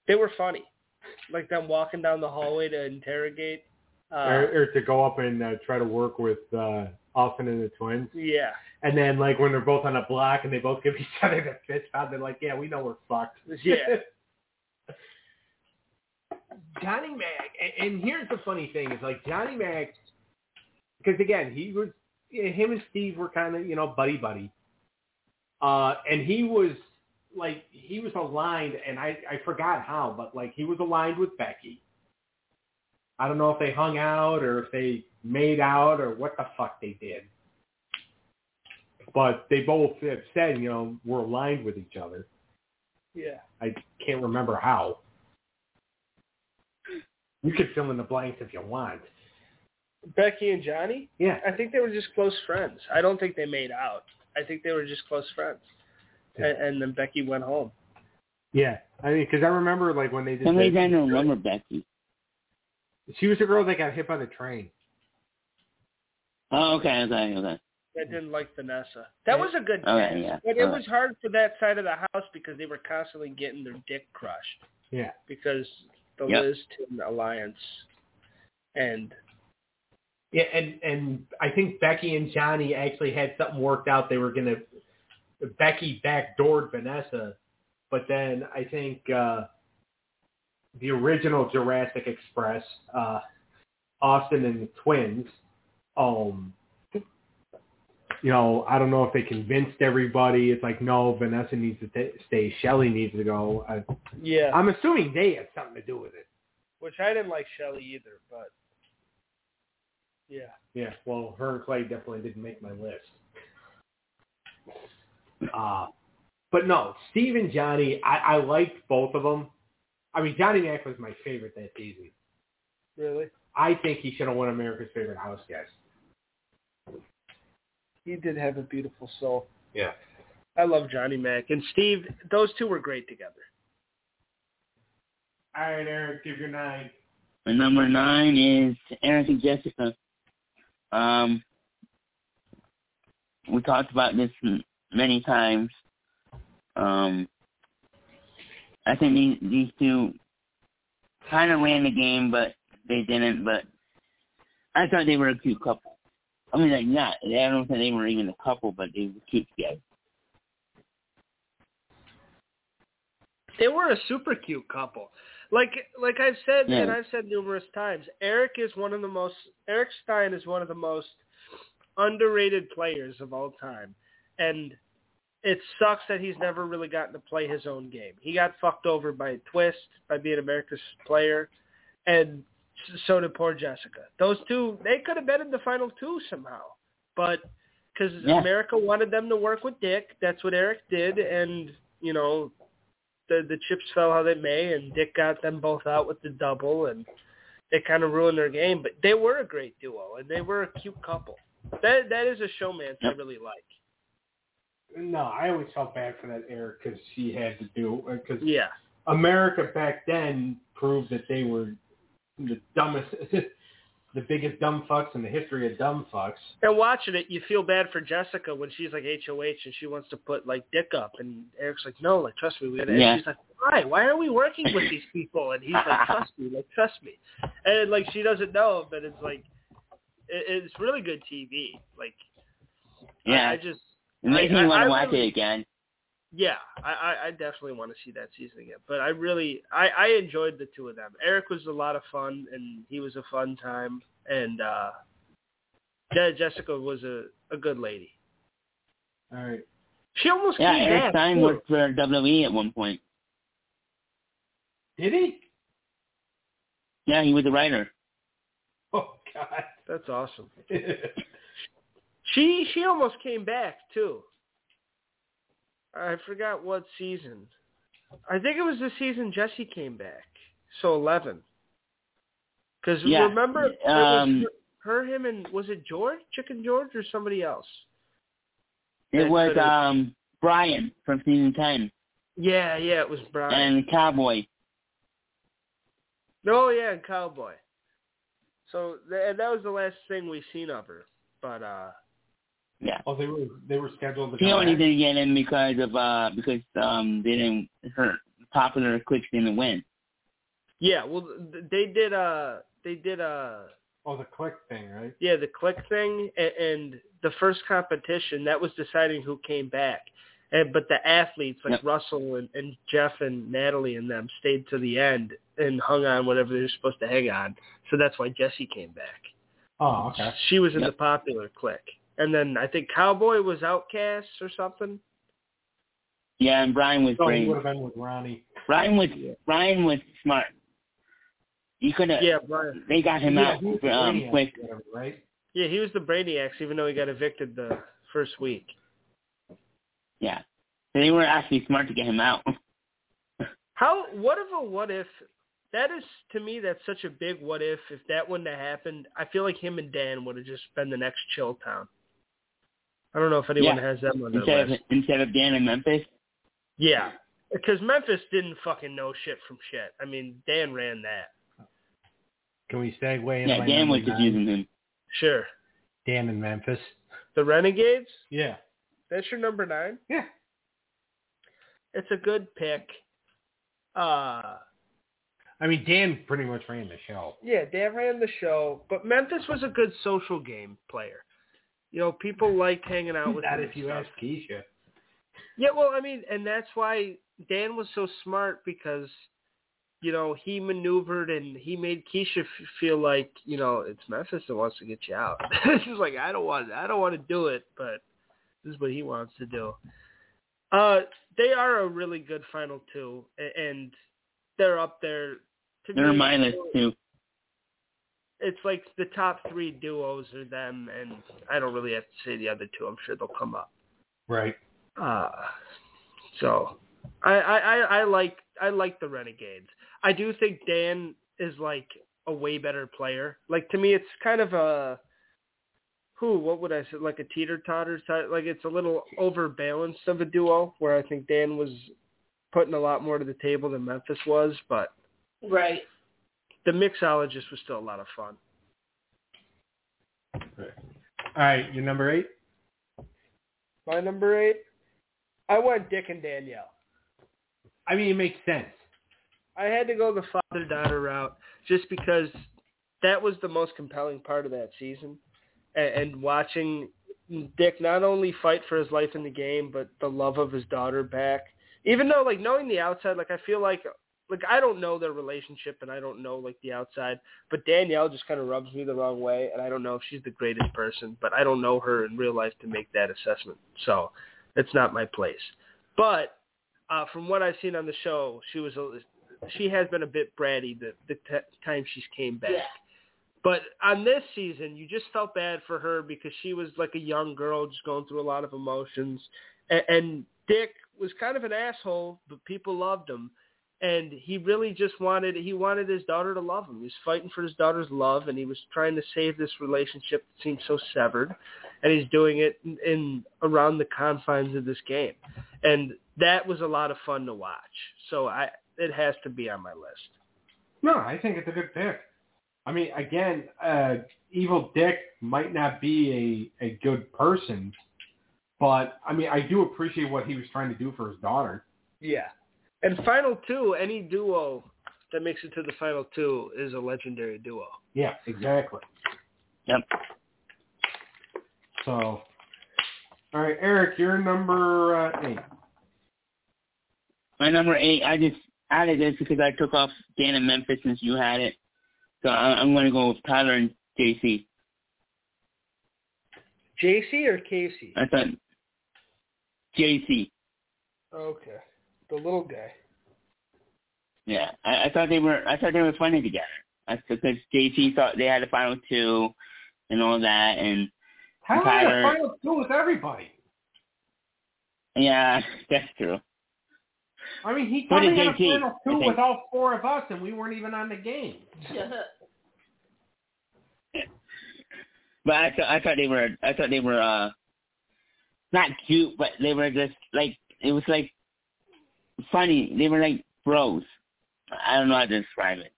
S1: they were funny like them walking down the hallway to interrogate. Uh,
S2: or, or to go up and uh, try to work with uh, Austin and the twins,
S1: yeah,
S2: and then like when they're both on a block and they both give each other the fist out, they're like, yeah, we know we're fucked.
S1: yeah,
S2: Johnny Mac, and, and here's the funny thing is like Johnny Mac, because again he was yeah, him and Steve were kind of you know buddy buddy, uh, and he was like he was aligned, and I I forgot how, but like he was aligned with Becky. I don't know if they hung out or if they made out or what the fuck they did. But they both have said, you know, we're aligned with each other.
S1: yeah.
S2: I can't remember how. You could fill in the blanks if you want.
S1: Becky and Johnny.
S2: Yeah.
S1: I think they were just close friends. I don't think they made out. I think they were just close friends.
S2: Yeah.
S1: And, and then Becky went home.
S2: Yeah. I mean, because I remember like when they did.
S3: Some reason I
S2: that-
S3: don't remember Becky.
S2: She was the girl that got hit by the train.
S3: Oh, okay, okay, okay.
S1: I didn't like Vanessa. That was a good
S3: All right,
S1: match,
S3: yeah.
S1: but it
S3: All
S2: Uh.
S1: was hard for that side of the house because they were constantly getting their dick crushed
S2: Yeah.
S1: because the
S3: Yep.
S1: Liz Tin alliance and
S2: Yeah, and and I think Becky and Johnny actually had something worked out. They were gonna Becky backdoored Vanessa, but then I think uh, the original Jurassic Express, uh, Austin and the twins, um, you know, I don't know if they convinced everybody. It's like no, Vanessa needs to t- stay. Shelly needs to go. I,
S1: yeah,
S2: I'm assuming they had something to do with it.
S1: which I didn't like Shelly either, but yeah.
S2: Yeah, well, her and Clay definitely didn't make my list. Uh, but no, Steve and Johnny, I, I liked both of them. I mean, Johnny Mack was my favorite that season.
S1: Really?
S2: I think he should have won America's Favorite House Guest.
S1: He did have a beautiful soul.
S2: Yeah.
S1: I love Johnny Mac and Steve. Those two were great together.
S2: All right, Eric, give your nine.
S3: My number nine is Eric and Jessica. Um, we talked about this m- many times. Um, I think these, these two kind of ran the game, but they didn't. But I thought they were a cute couple. I mean, like not. I don't think they were even a couple, but they were cute together.
S1: They were a super cute couple. Like like I've said
S3: Yeah.
S1: and I've said numerous times, Eric is one of the most Eric Stein is one of the most underrated players of all time. And it sucks that he's never really gotten to play his own game. He got fucked over by a twist, by being America's player, and s- so did poor Jessica. Those two, they could have been in the final two somehow. But because
S3: Yeah.
S1: America wanted them to work with Dick, that's what Eric did, and, you know, the the chips fell how they may, and Dick got them both out with the double, and that kind of ruined their game. But they were a great duo, and they were a cute couple. That that is a showman I
S3: Yep.
S1: really like.
S2: No, I always felt bad for that Eric because she had to do because
S1: Yeah,
S2: America back then proved that they were the dumbest, the biggest dumb fucks in the history of dumb fucks.
S1: and watching it, you feel bad for Jessica when she's like HOH and she wants to put like dick up, and Eric's like, no, like trust me, we. gotta-"
S3: Yeah.
S1: And she's like, why? Why are we working with these people? And he's like, trust me, like trust me, and like she doesn't know, but it's like, it, it's really good TV. Like, I-
S3: Yeah.
S1: I just
S3: It makes me
S1: I-
S3: want
S1: I
S3: to watch
S1: really-
S3: it again.
S1: Yeah, I, I, I definitely want to see that season again. But I really, I, I enjoyed the two of them. Eric was a lot of fun, and he was a fun time. And uh, Je- Jessica was a, a good lady.
S2: All right.
S1: She almost
S3: Yeah,
S1: came
S3: Eric
S1: back.
S3: Stein
S1: too.
S3: worked for WWE at one point.
S2: Did he?
S3: Yeah, he was a writer.
S2: Oh God.
S1: That's awesome. She she almost came back too. I forgot what season. I think it was the season Jesse came back. So eleven. Because
S3: Yeah,
S1: remember, it
S3: um,
S1: was her, her, him, and was it George, Chicken George, or somebody else?
S3: It
S1: That
S3: was
S1: could've-
S3: um Brian from season ten
S1: Yeah, yeah, it was Brian.
S3: and Cowboy.
S1: oh yeah, and Cowboy. So th- and that was the last thing we seen of her. But uh,
S2: oh, they were they were scheduled to
S3: She
S2: come
S3: only
S2: back?
S3: didn't get in because of uh because um they didn't her popular clicks didn't win.
S1: yeah, well th- they did uh they did uh
S2: Oh, the click thing, right?
S1: Yeah, the click thing and, and the first competition that was deciding who came back. And but the athletes like
S3: Yep.
S1: Russell and, and Jeff and Natalie and them stayed to the end and hung on whatever they were supposed to hang on. So that's why Jesse came back.
S2: Oh, okay.
S1: She was in
S3: Yep.
S1: the popular click. And then I think Cowboy was outcast or something.
S3: Yeah, and Brian was
S2: So Oh, he
S3: brave.
S2: would have been with Ronnie.
S3: Brian was Brian was smart. He could have.
S1: Yeah, Brian.
S3: They got him
S2: yeah,
S3: out
S2: he was
S3: for, um
S2: Brady,
S3: quick.
S2: whatever, right?
S1: Yeah, he was the Brainiacs even though he got evicted the first week.
S3: Yeah, they were actually smart to get him out.
S1: How? What if a what if? That is to me. That's such a big what if. If that wouldn't have happened, I feel like him and Dan would have just been the next Chill Town. I don't know if anyone
S3: Yeah.
S1: has them on their
S3: instead of
S1: list.
S3: instead of Dan in Memphis.
S1: Yeah, because Memphis didn't fucking know shit from shit. I mean, Dan ran that.
S2: Can we segue? into
S3: Yeah,
S2: my
S3: Dan
S2: number
S3: was just
S2: nine?
S3: using him.
S1: Sure.
S2: Dan in Memphis.
S1: The Renegades.
S2: Yeah.
S1: That's your number nine.
S2: Yeah.
S1: It's a good pick. Uh
S2: I mean, Dan pretty much ran the show.
S1: Yeah, Dan ran the show, but Memphis was a good social game player. You know, people liked hanging out with
S2: Not
S1: him
S2: if
S1: and
S2: you
S1: stuff.
S2: ask Keisha.
S1: Yeah, well, I mean, and that's why Dan was so smart because, you know, he maneuvered and he made Keisha f- feel like, you know, it's Memphis that wants to get you out. She's like, I don't want, I don't want to do it, but this is what he wants to do. Uh, they are a really good final two, a- and they're up there. To
S3: They're
S1: me,
S3: mindless too.
S1: it's like the top three duos are them, and I don't really have to say the other two. I'm sure they'll come up.
S2: Right.
S1: Uh, so I, I, I, I like I like the Renegades. I do think Dan is like a way better player. Like to me, it's kind of a who? What would I say? Like a teeter totter. Like it's a little overbalanced of a duo where I think Dan was putting a lot more to the table than Memphis was, but
S4: Right.
S1: the mixologist was still a lot of fun.
S2: All right, you're number eight.
S1: My number eight, I went Dick and Danielle.
S2: I mean, it makes sense.
S1: I had to go the father daughter route just because that was the most compelling part of that season, and, and watching Dick not only fight for his life in the game, but the love of his daughter back. Even though, like knowing the outside, like I feel like, like I don't know their relationship, and I don't know like the outside, but Danielle just kind of rubs me the wrong way, and I don't know if she's the greatest person, but I don't know her in real life to make that assessment, so it's not my place. But uh, from what I've seen on the show, she was a, she has been a bit bratty the the t- time she's came back.
S4: Yeah.
S1: But on this season, you just felt bad for her because she was like a young girl just going through a lot of emotions, and, and Dick was kind of an asshole, but people loved him. and he really just wanted he wanted his daughter to love him. He was fighting for his daughter's love, and he was trying to save this relationship that seemed so severed, and he's doing it in, in around the confines of this game, and that was a lot of fun to watch. So I it has to be on my list.
S2: No, I think it's a good pick. I mean, again, uh, Evil Dick might not be a, a good person, but I mean, I do appreciate what he was trying to do for his daughter.
S1: Yeah. And final two, any duo that makes it to the final two is a legendary duo.
S2: Yeah, exactly.
S3: Yep.
S2: So, all right, Eric, you're number uh, eight.
S3: My number eight, I just added this because I took off Dan and Memphis since you had it. So I, I'm going to go with Tyler and JC.
S1: JC or Casey?
S3: I thought JC.
S1: Okay. The little guy.
S3: Yeah, I, I thought they were. I thought they were funny together. That's because JC thought they had a final two, and all that, and
S2: How did I
S3: Tyler.
S2: final two with everybody?
S3: yeah, that's true.
S2: I mean, he
S3: What
S2: probably
S3: did
S2: had a
S3: JT?
S2: final two
S3: I think-
S2: with all four of us, and we weren't even on the game.
S4: Uh-huh.
S3: But I thought I thought they were I thought they were uh not cute, but they were just like it was like funny. They were like bros. I don't know how to describe it.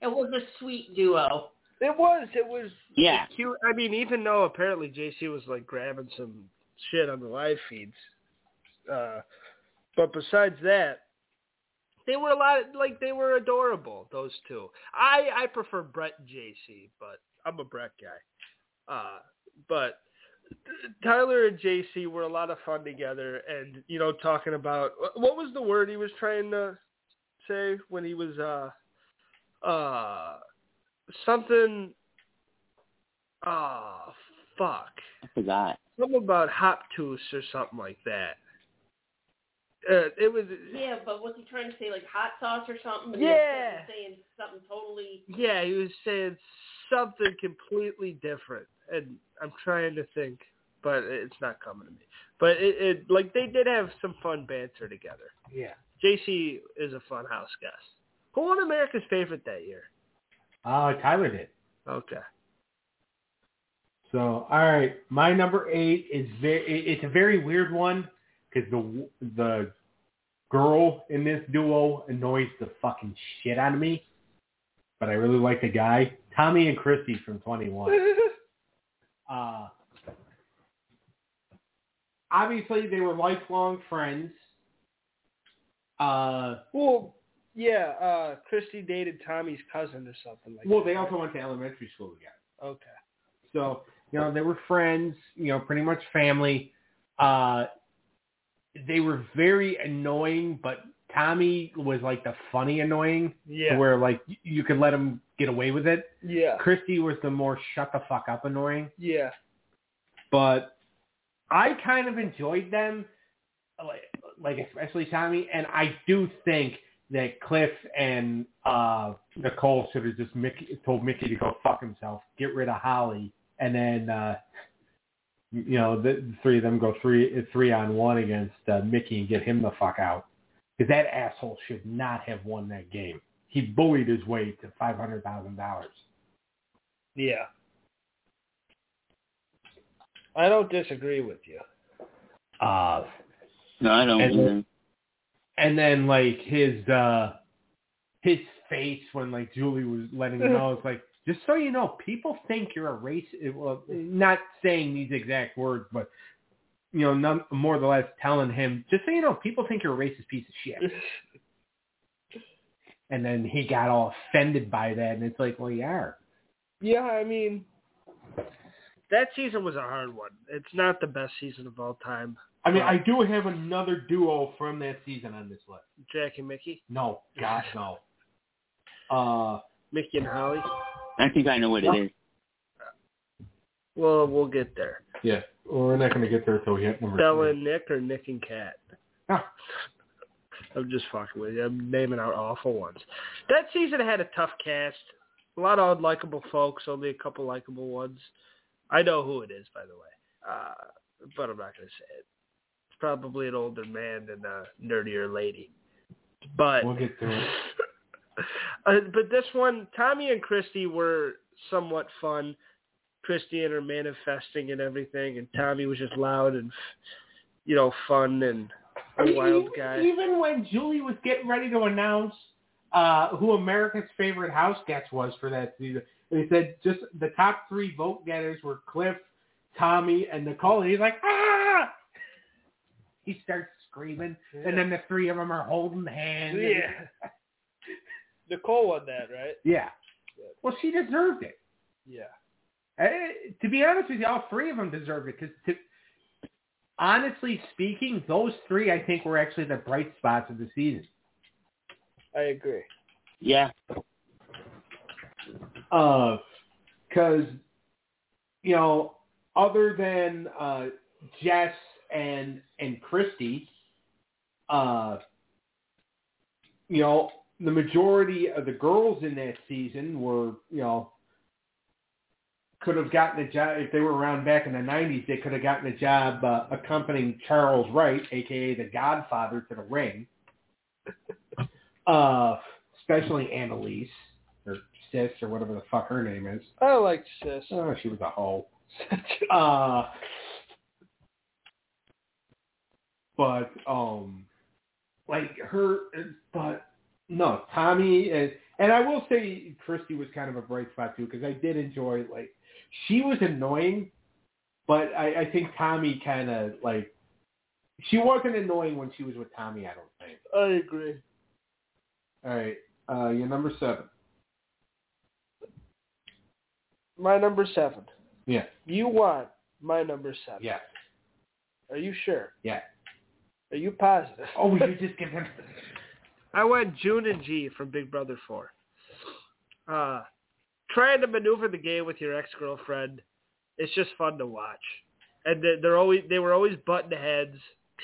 S4: it was a sweet duo.
S1: It was. It was
S3: Yeah,
S1: cute. I mean, even though apparently JC was like grabbing some shit on the live feeds, uh, but besides that, they were a lot like they were adorable. Those two. I I prefer Brett and JC, but I'm a Brett guy. Uh, but Tyler and JC were a lot of fun together, and you know, talking about what was the word he was trying to say when he was uh uh something Oh, fuck.
S3: I forgot.
S1: Something about Hoptus or something like that. Uh, it was,
S4: Yeah, but was he trying to say like hot sauce or something? And
S1: Yeah.
S4: he was Saying something totally.
S1: yeah, he was saying something completely different. And I'm trying to think, but it's not coming to me. But it, it like, they did have some fun banter together.
S2: Yeah.
S1: JC is a fun house guest. Who won America's Favorite that year?
S2: Uh, Tyler did.
S1: Okay.
S2: So, all right, my number eight is very. It's a very weird one because the the girl in this duo annoys the fucking shit out of me, but I really like the guy, Tommy and Christy from Twenty One. Uh, obviously, they were lifelong friends. Uh,
S1: well, yeah, uh, Christy dated Tommy's cousin or something like that.
S2: well, they also went to elementary school together.
S1: Okay.
S2: So, you know, they were friends, you know, pretty much family. Uh, they were very annoying, but Tommy was like the funny annoying
S1: Yeah.
S2: where like y- you could let him get away with it.
S1: Yeah.
S2: Christy was the more shut the fuck up annoying,
S1: Yeah.
S2: but I kind of enjoyed them, like, like especially Tommy. And I do think that Cliff and uh, Nicole should have just Mickey, told Mickey to go fuck himself, get rid of Holly, and then uh, you know the, the three of them go three three on one against uh, Mickey and get him the fuck out because that asshole should not have won that game. He bullied his way to five hundred thousand dollars.
S1: Yeah. I don't disagree with you.
S2: Uh,
S3: No, I don't.
S2: And-
S3: either.
S2: and then like his uh his face when like Julie was letting him know it's like just so you know people think you're a racist well not saying these exact words but you know none, more or less telling him just so you know people think you're a racist piece of shit and then he got all offended by that and it's like well you are
S1: yeah, I mean that season was a hard one. It's not the best season of all time.
S2: I mean I do have another duo from that season on this list
S1: Jack and Mickey,
S2: no God no uh
S1: Mickey and Holly.
S3: I think I know what it is.
S1: Well, we'll get there.
S2: yeah we're not going to get there until we hit number
S1: Bella and Nick or Nick and Cat.
S2: Ah.
S1: I'm just fucking with you. I'm naming out awful ones. That season had a tough cast. A lot of unlikable folks, only a couple likable ones. I know who it is, by the way, uh, but I'm not going to say it. It's probably an older man and a nerdier lady. But
S2: We'll get through it.
S1: uh, but this one, Tommy and Christy were somewhat fun. Christy and her manifesting and everything, and Tommy was just loud and you know fun and a wild guy.
S2: Even when Julie was getting ready to announce uh, who America's favorite house guest was for that season, they said just the top three vote getters were Cliff, Tommy, and Nicole. And he's like, ah! He starts screaming, and then the three of them are holding hands. and-
S1: Yeah. Nicole won that, right?
S2: yeah. Well, she deserved it.
S1: Yeah.
S2: Uh, to be honest with you, all three of them deserved it because, to, honestly speaking, those three I think were actually the bright spots of the season.
S1: I agree.
S3: Yeah.
S2: because Uh, you know, other than uh, Jess and and Christy, uh, you know, the majority of the girls in that season were you know could have gotten a job if they were around back in the '90s. They could have gotten a job uh, accompanying Charles Wright, aka the Godfather, to the ring. Uh, especially Annalise or sis or whatever the fuck her name is.
S1: I like sis.
S2: Oh, she was a hoe. Uh, but um, like her, but no, Tommy and and I will say Christy was kind of a bright spot too because I did enjoy like she was annoying, but I, I think Tommy kind of like she wasn't annoying when she was with Tommy. I don't think.
S1: I agree.
S2: All right, uh, your number seven.
S1: My number seven.
S2: Yeah.
S1: You want my number seven.
S2: Yeah.
S1: Are you sure?
S2: Yeah.
S1: Are you positive?
S2: Oh, you just give him.
S1: I went June and G from Big Brother 4. Uh, trying to maneuver the game with your ex-girlfriend, it's just fun to watch. And they- they're always they were always butting heads.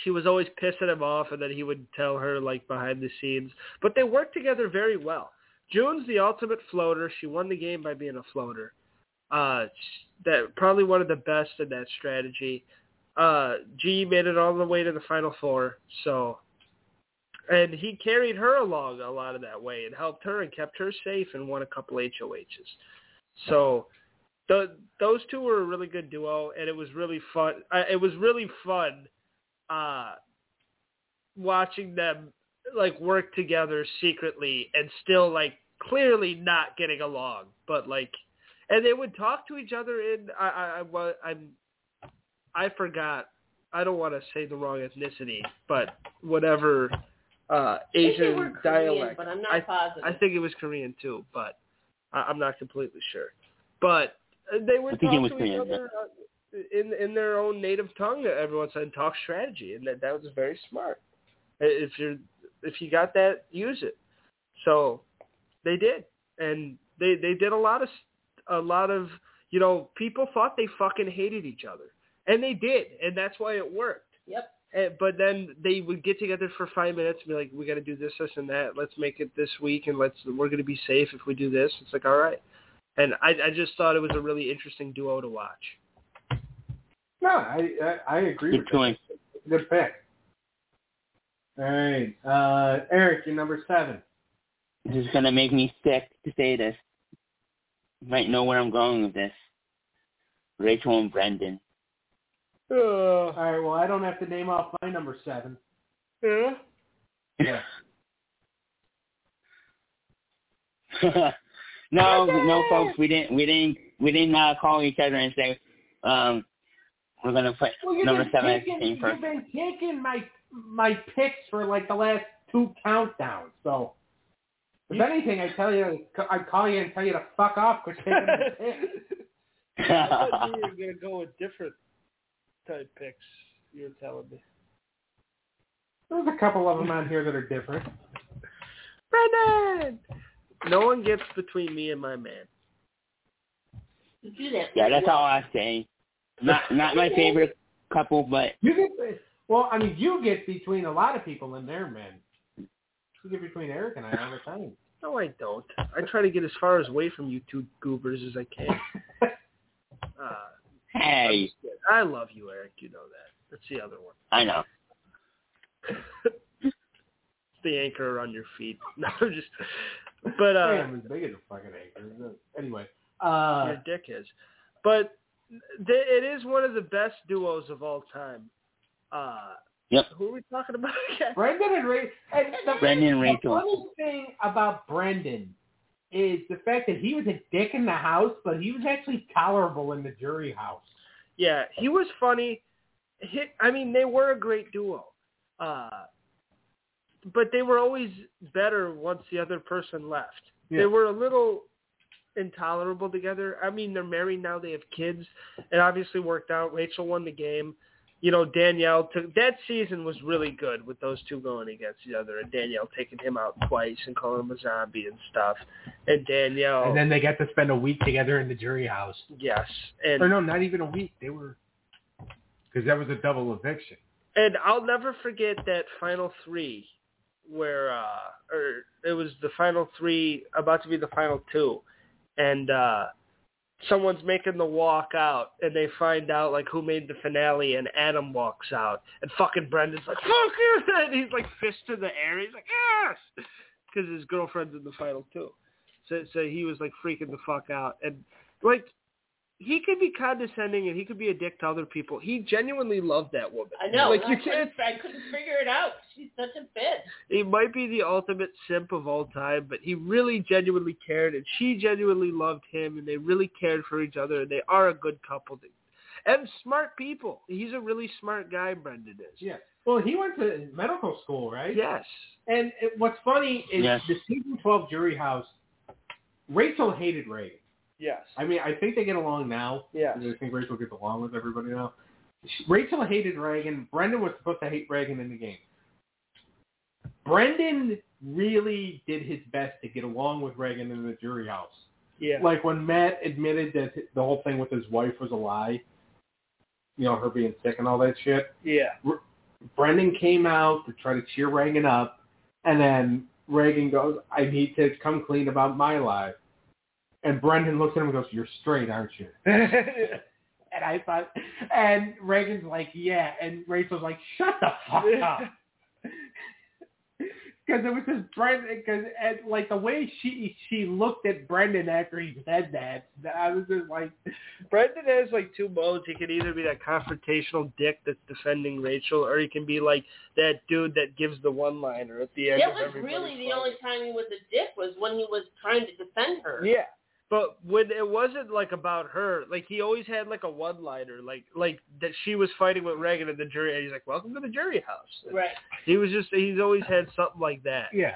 S1: She was always pissing him off, and then he would tell her like behind the scenes. But they worked together very well. June's the ultimate floater. She won the game by being a floater. Uh, sh- that probably one of the best in that strategy. Uh, G made it all the way to the final four, so and he carried her along a lot of that way and helped her and kept her safe and won a couple HOHs. So the, those two were a really good duo, and it was really fun. Uh, it was really fun uh, watching them like work together secretly and still like clearly not getting along, but like, and they would talk to each other in I I, I wa- I'm I forgot. I don't want to say the wrong ethnicity, but whatever uh,
S4: I think they were
S1: Asian
S4: Korean,
S1: dialect.
S4: but I'm not positive.
S1: I think it was Korean too, but I, I'm not completely sure. But uh, they were
S3: I think it
S1: talking
S3: was
S1: to
S3: Korean,
S1: each other uh, in in their own native tongue every once in a while and talk strategy, and that that was very smart. I- If you're if you got that, use it. So they did, and they they did a lot of s- a lot of you know people thought they fucking hated each other, and they did, and that's why it worked.
S4: Yep.
S1: And, but then they would get together for five minutes and be like, "We got to do this, this, and that. Let's make it this week, and let's we're going to be safe if we do this." It's like, all right. And I, I just thought it was a really interesting duo to watch.
S2: No, I I, I agree
S3: Good
S2: with
S3: choice.
S2: that. Good pick. All right, uh, Eric, you're number seven.
S3: This is gonna make me sick to say this. You might know where I'm going with this. Rachel and Brendan.
S2: All right, well, I don't have to name off my number seven.
S1: yeah.
S2: Yeah.
S3: no, no, folks, we didn't, we didn't, we didn't uh, call each other and say, um, we're gonna put number seven as the
S2: taking,
S3: team
S2: you've
S3: first.
S2: been taking my my picks for like the last two countdowns. So, if
S1: You-
S2: anything, I tell you, I call you and tell you to fuck off for taking my picks.
S1: I thought you were going to go with different type picks. You were telling me.
S2: There's a couple of them on here that are different.
S1: Brendan. No one gets between me and my man.
S4: You do that.
S3: yeah, that's all I say. Not, not my favorite couple, but
S2: You get well. I mean, you get between a lot of people in there, man. You get between Eric and I all the time.
S1: No, I don't. I try to get as far as away from you two goobers as I can. Uh, I'm
S3: hey,
S1: just kidding. I love you, Eric. You know that. That's the other one.
S3: I know.
S1: the anchor around your feet. No, I'm just. But uh,
S2: Damn, it's big as a fucking anchor. isn't it? Anyway, uh,
S1: your dick is. But th- it is one of the best duos of all time. Uh,
S3: Yep.
S1: Who are we talking about again?
S2: Brendan and Rachel. And the,
S3: Brendan and
S2: the
S3: Rachel.
S2: funny thing about Brendan is the fact that he was a dick in the house, but he was actually tolerable in the jury house.
S1: Yeah, he was funny. He, I mean, they were a great duo. Uh, but they were always better once the other person left.
S2: Yeah.
S1: They were a little intolerable together. I mean, they're married now. They have kids. It obviously worked out. Rachel won the game. You know, Danielle took that season was really good with those two going against each other and Danielle taking him out twice and calling him a zombie and stuff. And Danielle,
S2: And then they got to spend a week together in the jury house.
S1: yes, and
S2: Or no, not even a week. They were because that was a double eviction.
S1: And I'll never forget that final three where uh or it was the final three about to be the final two and uh someone's making the walk out and they find out like who made the finale and Adam walks out and fucking Brendan's like fuck you and he's like fist in the air he's like yes because his girlfriend's in the final two so so he was like freaking the fuck out and like he could be condescending and he could be a dick to other people he genuinely loved that woman
S4: I know.
S1: like
S4: I
S1: you
S4: couldn't-
S1: can't
S4: I couldn't figure it out. She's such a bitch.
S1: he might be the ultimate simp of all time, but he really genuinely cared, and she genuinely loved him, and they really cared for each other, and they are a good couple. And smart people. He's a really smart guy, Brendan is.
S2: Yeah. Well, he went to medical school, right?
S1: Yes.
S2: And it, what's funny is
S3: Yes.
S2: the season twelve jury house. Rachel hated Ray.
S1: Yes.
S2: I mean, I think they get along now.
S1: Yes.
S2: I think Rachel gets along with everybody now. She- Rachel hated Reagan. Brendan was supposed to hate Reagan in the game. Brendan really did his best to get along with Reagan in the jury house.
S1: Yeah.
S2: Like when Matt admitted that the whole thing with his wife was a lie, you know, her being sick and all that shit.
S1: yeah.
S2: Brendan came out to try to cheer Reagan up, and then Reagan goes, "I need to come clean about my life." And Brendan looks at him and goes, "You're straight, aren't you?" and I thought, and Reagan's like, "Yeah," and Rachel's like, "Shut the fuck up." Because it was just Brendan, because like the way she she looked at Brendan after he said that, that I was just like,
S1: Brendan has like two modes. He can either be that confrontational dick that's defending Rachel, or he can be like that dude that gives the one liner at the end.
S4: That
S1: of
S4: was
S1: everybody's
S4: really the
S1: song.
S4: only time he was a dick was when he was trying to defend her.
S1: Yeah. But when it wasn't like about her, like he always had like a one liner, like like that she was fighting with Reagan in the jury and he's like, Welcome to the jury house.
S4: Right.
S1: He was just he's always had something like that.
S2: yeah,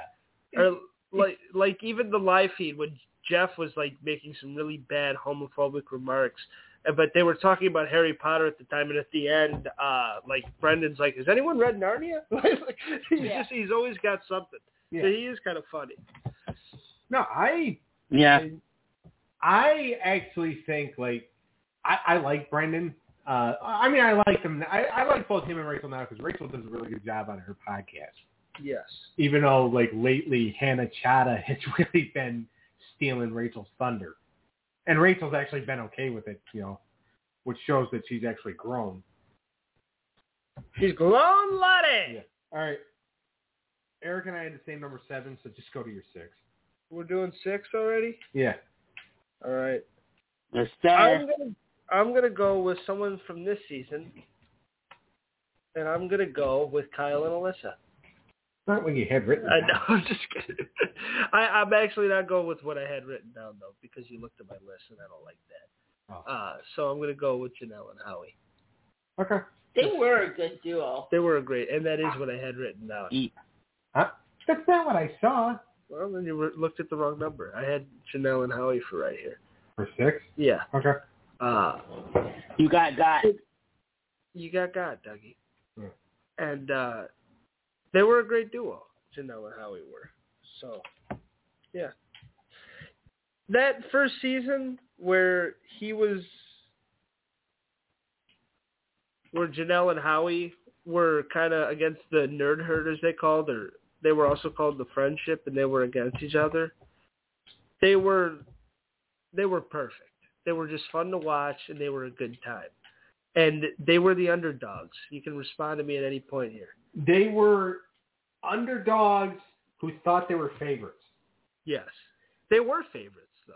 S1: Or like like even the live feed when Jeff was like making some really bad homophobic remarks. uh, But they were talking about Harry Potter at the time, and at the end, uh, like Brendan's like, "Has anyone read Narnia?" Like, he's
S4: Yeah.
S1: just he's always got something.
S2: yeah.
S1: So he is kind of funny.
S2: No, I
S3: Yeah.
S2: And I actually think like I, I like Brendan. Uh, I mean, I like him. I, I like both him and Rachel now because Rachel does a really good job on her podcast.
S1: Yes.
S2: Even though like lately Hannah Chada has really been stealing Rachel's thunder, and Rachel's actually been okay with it, you know, which shows that she's actually grown.
S1: He's grown, Lottie.
S2: Yeah. All right, Eric and I had the same number seven, so just go to your six.
S1: We're doing six already.
S2: Yeah.
S1: All right.
S3: The
S1: I'm
S3: star.
S1: gonna I'm gonna go with someone from this season, and I'm gonna go with Kyle and Alyssa.
S2: Not when you had written.
S1: I
S2: down.
S1: know. I'm just kidding. I, I'm actually not going with what I had written down though, because you looked at my list and I don't like that.
S2: Oh.
S1: Uh, so I'm gonna go with Janelle and Howie.
S2: Okay.
S4: They were a good duo.
S1: They were great, and that is what I had written down.
S2: That's not what I saw.
S1: Well, then you were, looked at the wrong number. I had Janelle and Howie for right here.
S2: For six.
S1: Yeah.
S2: Okay.
S1: Uh,
S3: You got got.
S1: you got God, Dougie.
S2: Yeah.
S1: And uh, they were a great duo, Janelle and Howie were. So, yeah. That first season where he was, where Janelle and Howie were kind of against the nerd herders they called, or they were also called the friendship, and they were against each other. They were, they were perfect. They were just fun to watch, and they were a good time and they were the underdogs. You can respond to me at any point here.
S2: they were underdogs who thought they were favorites.
S1: Yes, they were favorites though.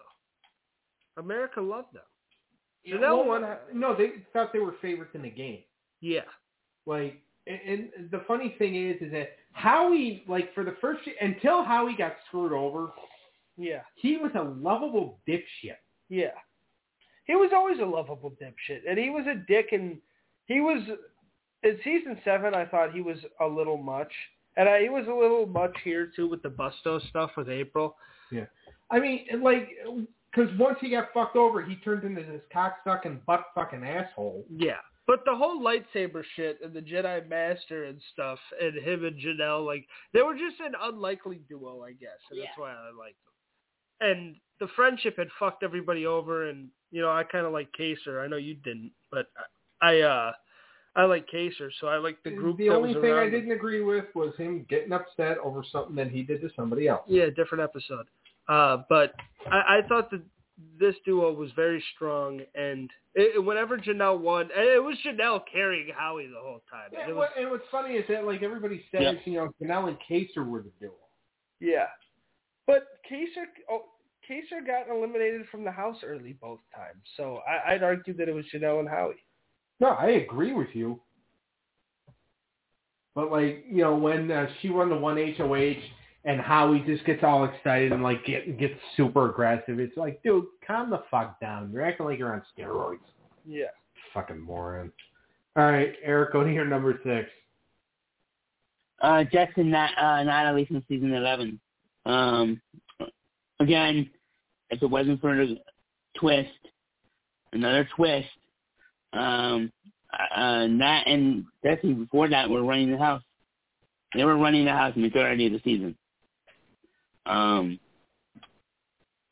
S1: America loved them.
S2: You
S1: that
S2: know
S1: one-
S2: what? No, they thought they were favorites in the game.
S1: Yeah,
S2: Like, and, and the funny thing is, is that Howie, like for the first until Howie got screwed over,
S1: yeah,
S2: he was a lovable dipshit.
S1: yeah. He was always a lovable dipshit, and he was a dick. And he was in season seven. I thought he was a little much, and I, he was a little much here too with the Busto stuff with April.
S2: I mean, and, like, because once he got fucked over, he turned into this cocksucking butt fucking asshole.
S1: Yeah. But the whole lightsaber shit and the Jedi Master and stuff and him and Janelle, like they were just an unlikely duo, I guess. And that's
S4: Yeah.
S1: why I liked them. And the friendship had fucked everybody over and you know, I kinda like Kaser. I know you didn't, but I I, uh I like Kaser, so I like the group
S2: Mm, The
S1: that
S2: only
S1: was
S2: thing
S1: around
S2: I
S1: him.
S2: didn't agree with was him getting upset over something that he did to somebody else.
S1: Yeah, different episode. Uh, but I, I thought that this duo was very strong, and it, it- whenever Janelle won, and it was Janelle carrying Howie the whole time.
S2: Yeah,
S1: It
S2: and,
S1: was-
S2: what, and what's funny is that like everybody says,
S3: Yeah.
S2: you know, Canal and Kaser were the duo.
S1: Yeah. But Kaser, oh, Kaser got eliminated from the house early both times. So I, I'd argue that it was Janelle and Howie.
S2: No, I agree with you. But like, you know, when uh, she won the one HOH and Howie just gets all excited and like get, gets super aggressive, it's like, dude, calm the fuck down. You're acting like you're on steroids.
S1: Yeah.
S2: Fucking moron. All right, Eric, go to your number six.
S3: Uh, Justin, not uh, Natalie from season eleven. Um, again, if it wasn't for the twist, another twist, um, uh, Nat and Jesse before that were running the house. They were running the house majority of the season. Um,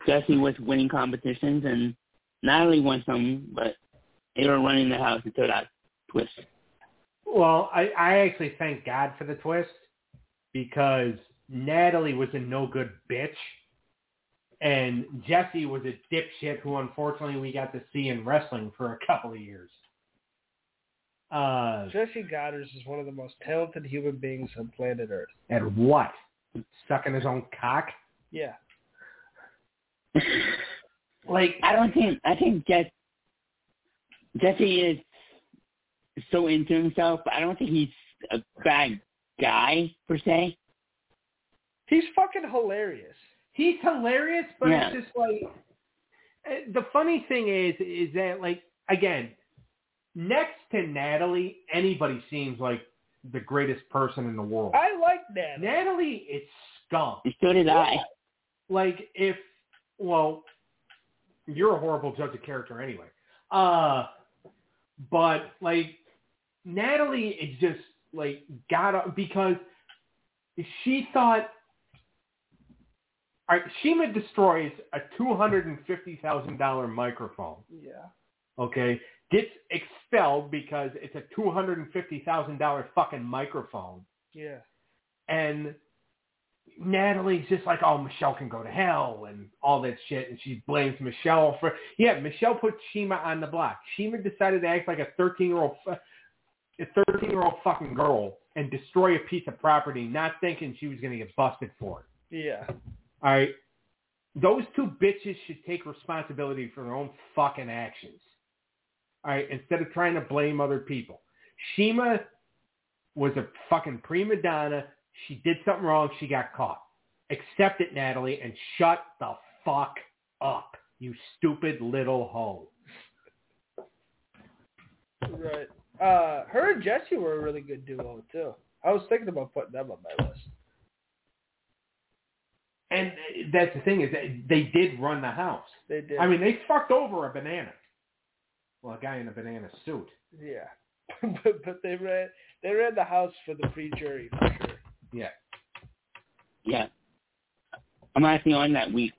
S3: Jesse was winning competitions, and Natalie won some, but they were running the house until that twist.
S2: Well, I, I actually thank God for the twist because Natalie was a no good bitch and Jesse was a dipshit who unfortunately we got to see in wrestling for a couple of years. Uh,
S1: Jesse Goddard is one of the most talented human beings on planet Earth.
S2: and what? Sucking his own cock?
S1: Yeah.
S2: Like,
S3: I don't think I think Jess, Jesse is so into himself. but I don't think he's a bad guy per se.
S1: He's fucking hilarious.
S2: he's hilarious, but
S3: Yeah.
S2: it's just like eh, the funny thing is, is that like again, next to Natalie, anybody seems like the greatest person in the world.
S1: I like that.
S2: Natalie is scum.
S3: And so did I.
S2: Like if well, you're a horrible judge of character anyway. Uh, but like Natalie is just like got up because she thought. All right, Shima destroys a two hundred and fifty thousand dollar microphone.
S1: Yeah.
S2: Okay, gets expelled because it's a two hundred and fifty thousand dollar fucking microphone
S1: Yeah.
S2: and Natalie's just like, oh, Michelle can go to hell and all that shit, and she blames Michelle for yeah, Michelle put Shima on the block. Shima decided to act like a thirteen year old, a thirteen year old fucking girl and destroy a piece of property, not thinking she was gonna get busted for it.
S1: Yeah.
S2: All right, those two bitches should take responsibility for their own fucking actions. All right, instead of trying to blame other people. Shima was a fucking prima donna. She did something wrong. She got caught. Accept it, Natalie, and shut the fuck up, you stupid little hoe.
S1: Right. Uh, her and Jesse were a really good duo, too. I was thinking about putting them on my list.
S2: And that's the thing is that they did run the house.
S1: They did.
S2: I mean, they fucked over a banana. Well, a guy in a banana suit.
S1: yeah. but, but they ran they ran the house for the pre-jury for sure.
S3: Yeah, I'm actually on that week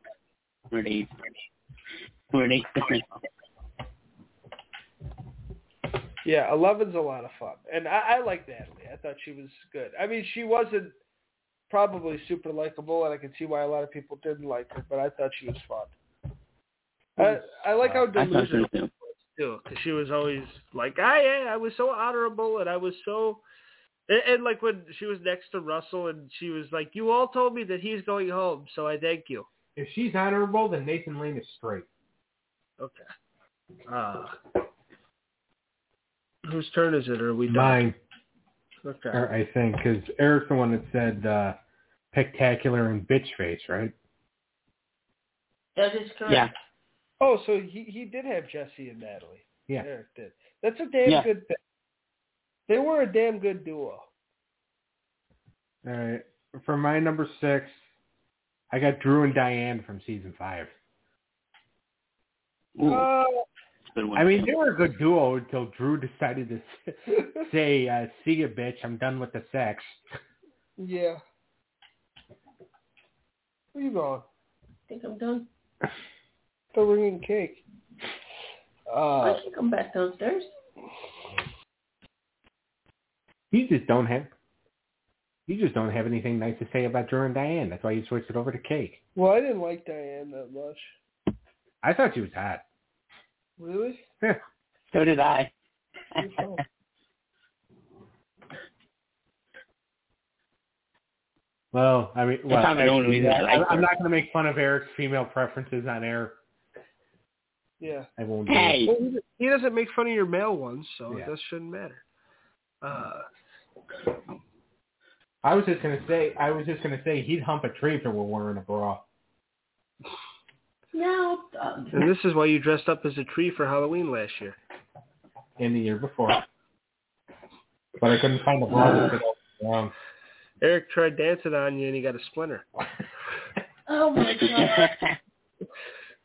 S3: where they where they.
S1: Yeah, eleven's a lot of fun, and I, I like Natalie. I thought she was good. I mean, she wasn't probably super likable, and I can see why a lot of people didn't like her, but I thought she was fun. I, I like how
S3: Uh, I thought so
S1: delusional
S3: too.
S1: "Ah, too, because she was always like, "I yeah, I was so honorable, and I was so And, and like when she was next to Russell, and she was like, "You all told me that he's going home, so I thank you."
S2: If she's honorable, then Nathan Lane is straight.
S1: Okay. Uh, whose turn is it? Or are we done?
S2: Mine,
S1: Okay.
S2: er, I think, because Eric's the one that said uh, spectacular and bitch face, right?
S4: That is correct.
S3: Yeah.
S1: Oh, so he he did have Jesse and Natalie.
S2: Yeah.
S1: Eric did. That's a damn
S3: Yeah.
S1: good thing. They were a damn good duo.
S2: All right. For my number six, I got Drew and Diane from season five.
S3: Ooh,
S1: Uh,
S3: that's a good one.
S2: I mean, they were a good duo until Drew decided to s- say, uh, "See ya, bitch. I'm done with the sex."
S1: yeah. Where you going?
S4: I think I'm done.
S1: The ringing cake.
S4: I
S1: Uh,
S4: can come back downstairs.
S2: You just don't have. You just don't have anything nice to say about Drew and Diane. That's why you switched it over to Cake.
S1: well, I didn't like Diane that much.
S2: I thought she was hot.
S1: Really?
S3: so did I.
S2: Well, I mean, well,
S3: not the only reason I like
S2: I'm- I'm
S3: her.
S2: not going to make fun of Eric's female preferences on air.
S1: Yeah.
S2: I won't. do it.
S3: Hey,
S1: Well, he doesn't- he doesn't make fun of your male ones, so
S2: Yeah.
S1: that shouldn't matter. Uh,
S2: I was just gonna say. I was just gonna say he'd hump a tree if it were wearing a bra.
S4: Now, uh,
S1: and this is why you dressed up as a tree for Halloween last year.
S2: in the year before. But I couldn't find the bra that fit all along.
S1: Eric tried dancing on you, and he got a splinter.
S4: oh my god.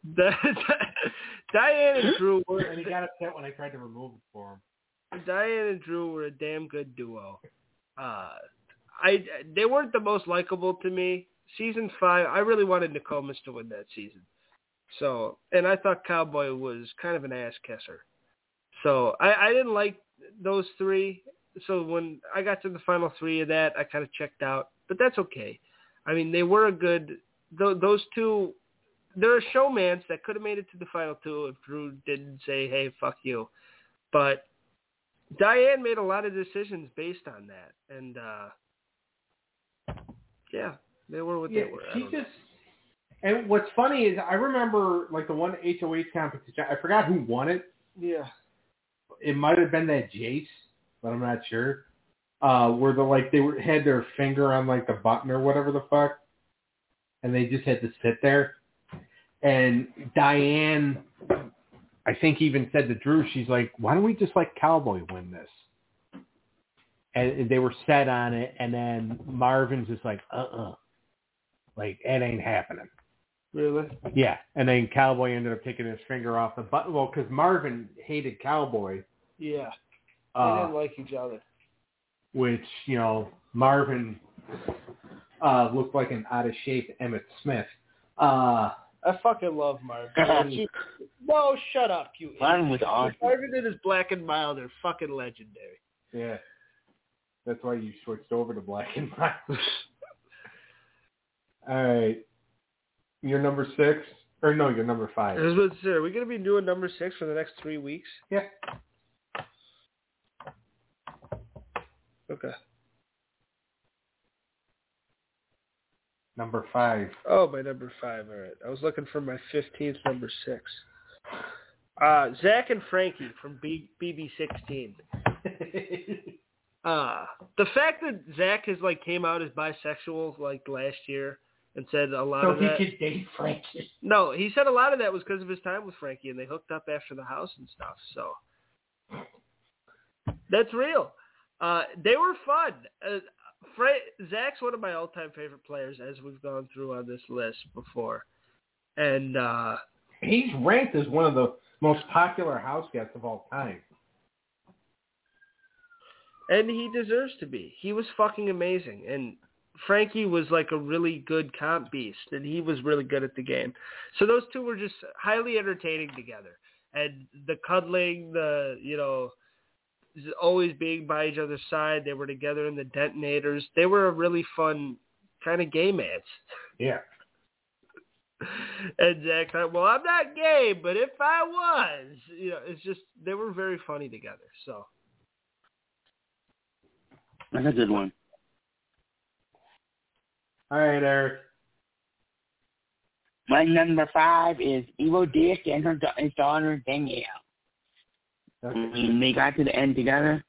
S1: Diane and Drew were
S2: And he got upset when I tried to remove it for him.
S1: Diane and Drew were a damn good duo. Uh, I they weren't the most likable to me. Season five, I really wanted Nicomas to win that season. So, and I thought Cowboy was kind of an ass kisser. So I, I didn't like those three. So when I got to the final three of that, I kind of checked out. But that's okay. I mean, they were a good. Th- those two, there are showmans that could have made it to the final two if Drew didn't say, "Hey, fuck you." But Diane made a lot of decisions based on that, and uh yeah, they were what
S2: Yeah,
S1: they were. I
S2: she
S1: don't know.
S2: just. And what's funny is I remember like the one HOH competition. I forgot who won it.
S1: yeah,
S2: It might have been that Jace, but I'm not sure. Uh, where the like they were, had their finger on like the button or whatever the fuck, and they just had to sit there. And Diane, I think even said to Drew, she's like, "Why don't we just let Cowboy win this?" And they were set on it, and then Marvin's just like, "Uh-uh, like it ain't happening."
S1: really.
S2: Yeah, and then Cowboy ended up taking his finger off the button. Well, because Marvin hated Cowboy,
S1: Yeah, they
S2: uh,
S1: didn't like each other.
S2: which you know Marvin uh, looked like an out of shape Emmett Smith. Uh,
S1: I fucking love Marvin. no, shut up, you.
S3: Marvin
S1: idiot.
S3: was awesome.
S1: Marvin and his black and mild are fucking legendary.
S2: yeah, that's why you switched over to black and white. All right, you're number six, or no, you're number
S1: I
S2: five.
S1: was about to say, are we gonna be doing number six for the next three weeks?
S2: Yeah.
S1: Okay.
S2: Number five.
S1: Oh, my number five. All right. I was looking for my 15th number six. Uh, Zach and Frankie from B- BB16. Uh, the fact that Zach has like came out as bisexual like last year and said a lot of that.
S2: could date Frankie.
S1: No, he said a lot of that was because of his time with Frankie, and they hooked up after the house and stuff. So that's real. Uh, they were fun. Uh, Fra- Zach's one of my all-time favorite players, as we've gone through on this list before, and uh,
S2: He's ranked as one of the most popular house guests of all time.
S1: and he deserves to be. He was fucking amazing, and Frankie was like a really good comp beast, and he was really good at the game. So those two were just highly entertaining together, and the cuddling, the you know, z- always being by each other's side. They were together in the detonators. They were a really fun kind of gay match.
S2: Yeah.
S1: and Zach thought, well, I'm not gay, but if I was, you know, it's just they were very funny together. So
S3: That's a good one.
S2: All right, Eric.
S3: My number five is Evil Dick and her da- his daughter Danielle. I
S2: Okay.
S3: mean, they got to the end together.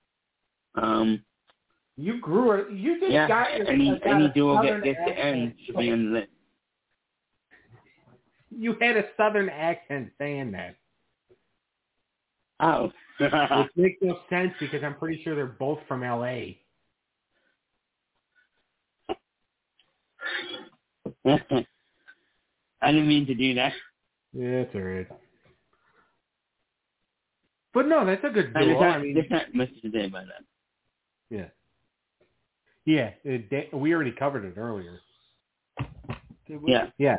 S3: Um,
S2: You grew it. You just
S3: yeah,
S2: got your
S3: any
S2: got
S3: any
S2: a
S3: duo
S2: southern
S3: that gets to end
S2: accent.
S3: should be in the
S2: You had a southern accent saying that,
S3: oh.
S2: which makes no sense because I'm pretty sure they're both from L.A.
S3: I didn't mean to do that.
S2: Yeah, that's all right. But no, that's a good
S3: I
S2: duo.
S3: just
S2: I
S3: not,
S2: mean,
S3: just not much to say about that.
S2: yeah, it, da- we already covered it earlier. Did we?
S3: Yeah.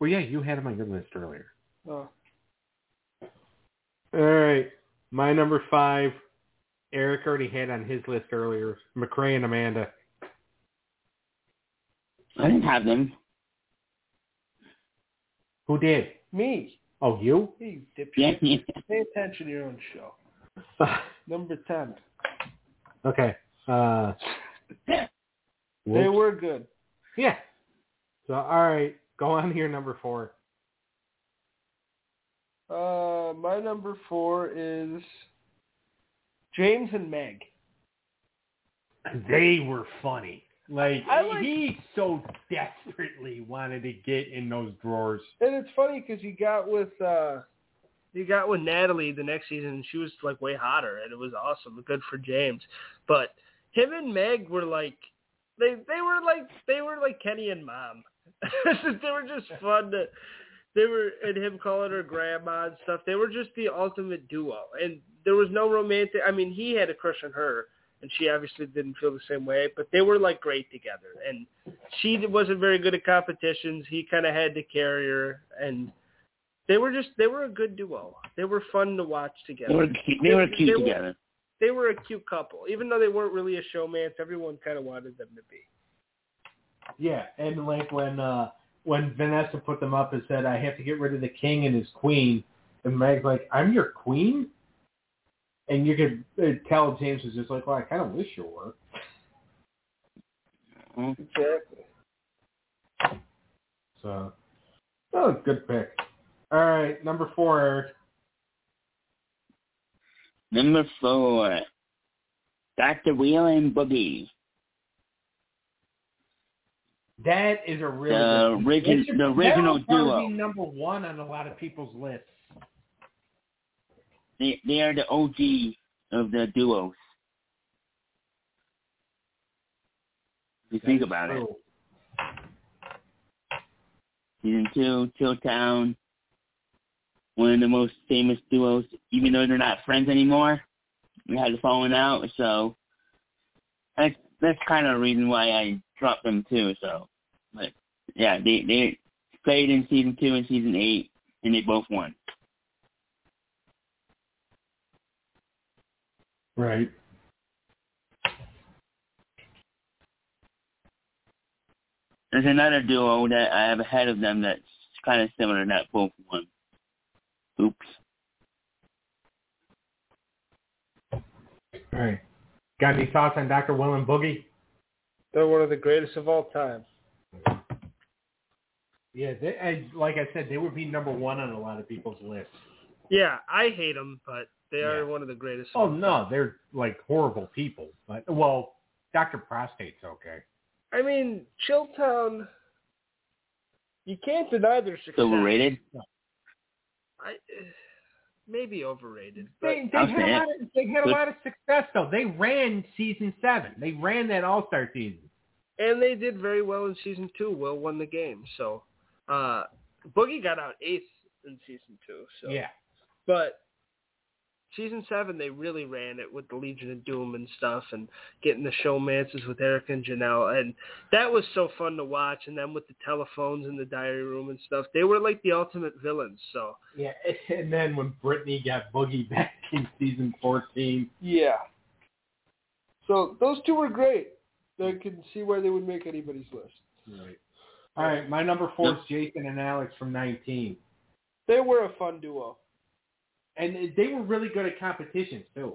S2: Well, yeah, you had him on your list earlier.
S1: Oh.
S2: All right, my number five. Eric already had on his list earlier. McRae and Amanda.
S3: I didn't have them.
S2: Who did?
S1: Me.
S2: Oh, you?
S1: Hey, you dipshit.
S3: Yeah, yeah.
S1: Pay attention to your own show. Number 10.
S2: okay. Uh,
S1: They
S2: whoops.
S1: were good.
S2: yeah. So, all right, go on here, number four.
S1: Uh, my number four is James and Meg.
S2: They were funny. Like,
S1: I like-
S2: he so desperately wanted to get in those drawers.
S1: And it's funny because you got with uh, you got with Natalie the next season. And she was like way hotter, and it was awesome. Good for James. But him and Meg were like they they were like they were like Kenny and Mom. they were just fun. To, they were and him calling her grandma and stuff. They were just the ultimate duo, and there was no romantic. I mean, he had a crush on her. And she obviously didn't feel the same way, but they were like great together. And she wasn't very good at competitions. He kind of had to carry her, and they were just they were a good duo. They were fun to watch
S3: They were
S1: together.
S3: cute. They were
S1: They
S3: cute
S1: were-
S3: together.
S1: They were a cute couple, even though they weren't really a showmance. Everyone kind of wanted them to be.
S2: Yeah, and like when uh when Vanessa put them up and said, "I have to get rid of the king and his queen," and Meg's like, "I'm your queen," and you could uh, tell James was just like, "Well, I kind of wish you were."
S1: Exactly.
S2: So, oh, good pick. All right, number four, Eric.
S3: Number four, Dr. Wheel and Boogie.
S2: That is a really
S3: The
S2: good
S3: origin-
S2: It should-
S3: the original
S2: that would probably
S3: duo.
S2: be number one on a lot of people's lists.
S3: They they are the OG of the duos. If you think about it.
S2: So,
S3: Season two, Chill Town, one of the most famous duos. Even though they're not friends anymore, we had a falling out, so that's that's kind of the reason why I dropped them too. So, but yeah, they they played in season two and season eight, and they both won.
S2: Right.
S3: There's another duo that I have ahead of them that's kind of similar, not both won. Oops.
S2: All right. Got any thoughts on Dr. Will and Boogie?
S1: They're one of the greatest of all time.
S2: Yeah, they, I, like I said, they would be number one on a lot of people's lists.
S1: Yeah, I hate them, but they are
S2: Yeah.
S1: one of the greatest. of
S2: Oh
S1: all
S2: no, they're like horrible people. But well, Doctor Prostate's okay.
S1: time. I mean, Chilltown. You can't deny their success.
S3: Overrated.
S1: I, eh, maybe overrated. But
S2: They, they
S3: I'm
S2: had a
S3: saying-
S2: lot of they had a
S3: Look-
S2: lot of success though. They ran season seven. They ran that All Star season.
S1: And they did very well in season two. Will won the game, so uh, Boogie got out eighth in season two. So
S2: Yeah,
S1: but season seven they really ran it with the Legion of Doom and stuff, and getting the showmances with Erica and Janelle, and that was so fun to watch. And then with the telephones in the diary room and stuff, they were like the ultimate villains. So
S2: yeah. And then when Brittany got Boogie back in season fourteen,
S1: yeah. So those two were great. I can see why they would make anybody's list.
S2: right. All right, my number four is Jason and Alex from nineteen,
S1: They were a fun duo.
S2: and they were really good at competitions too.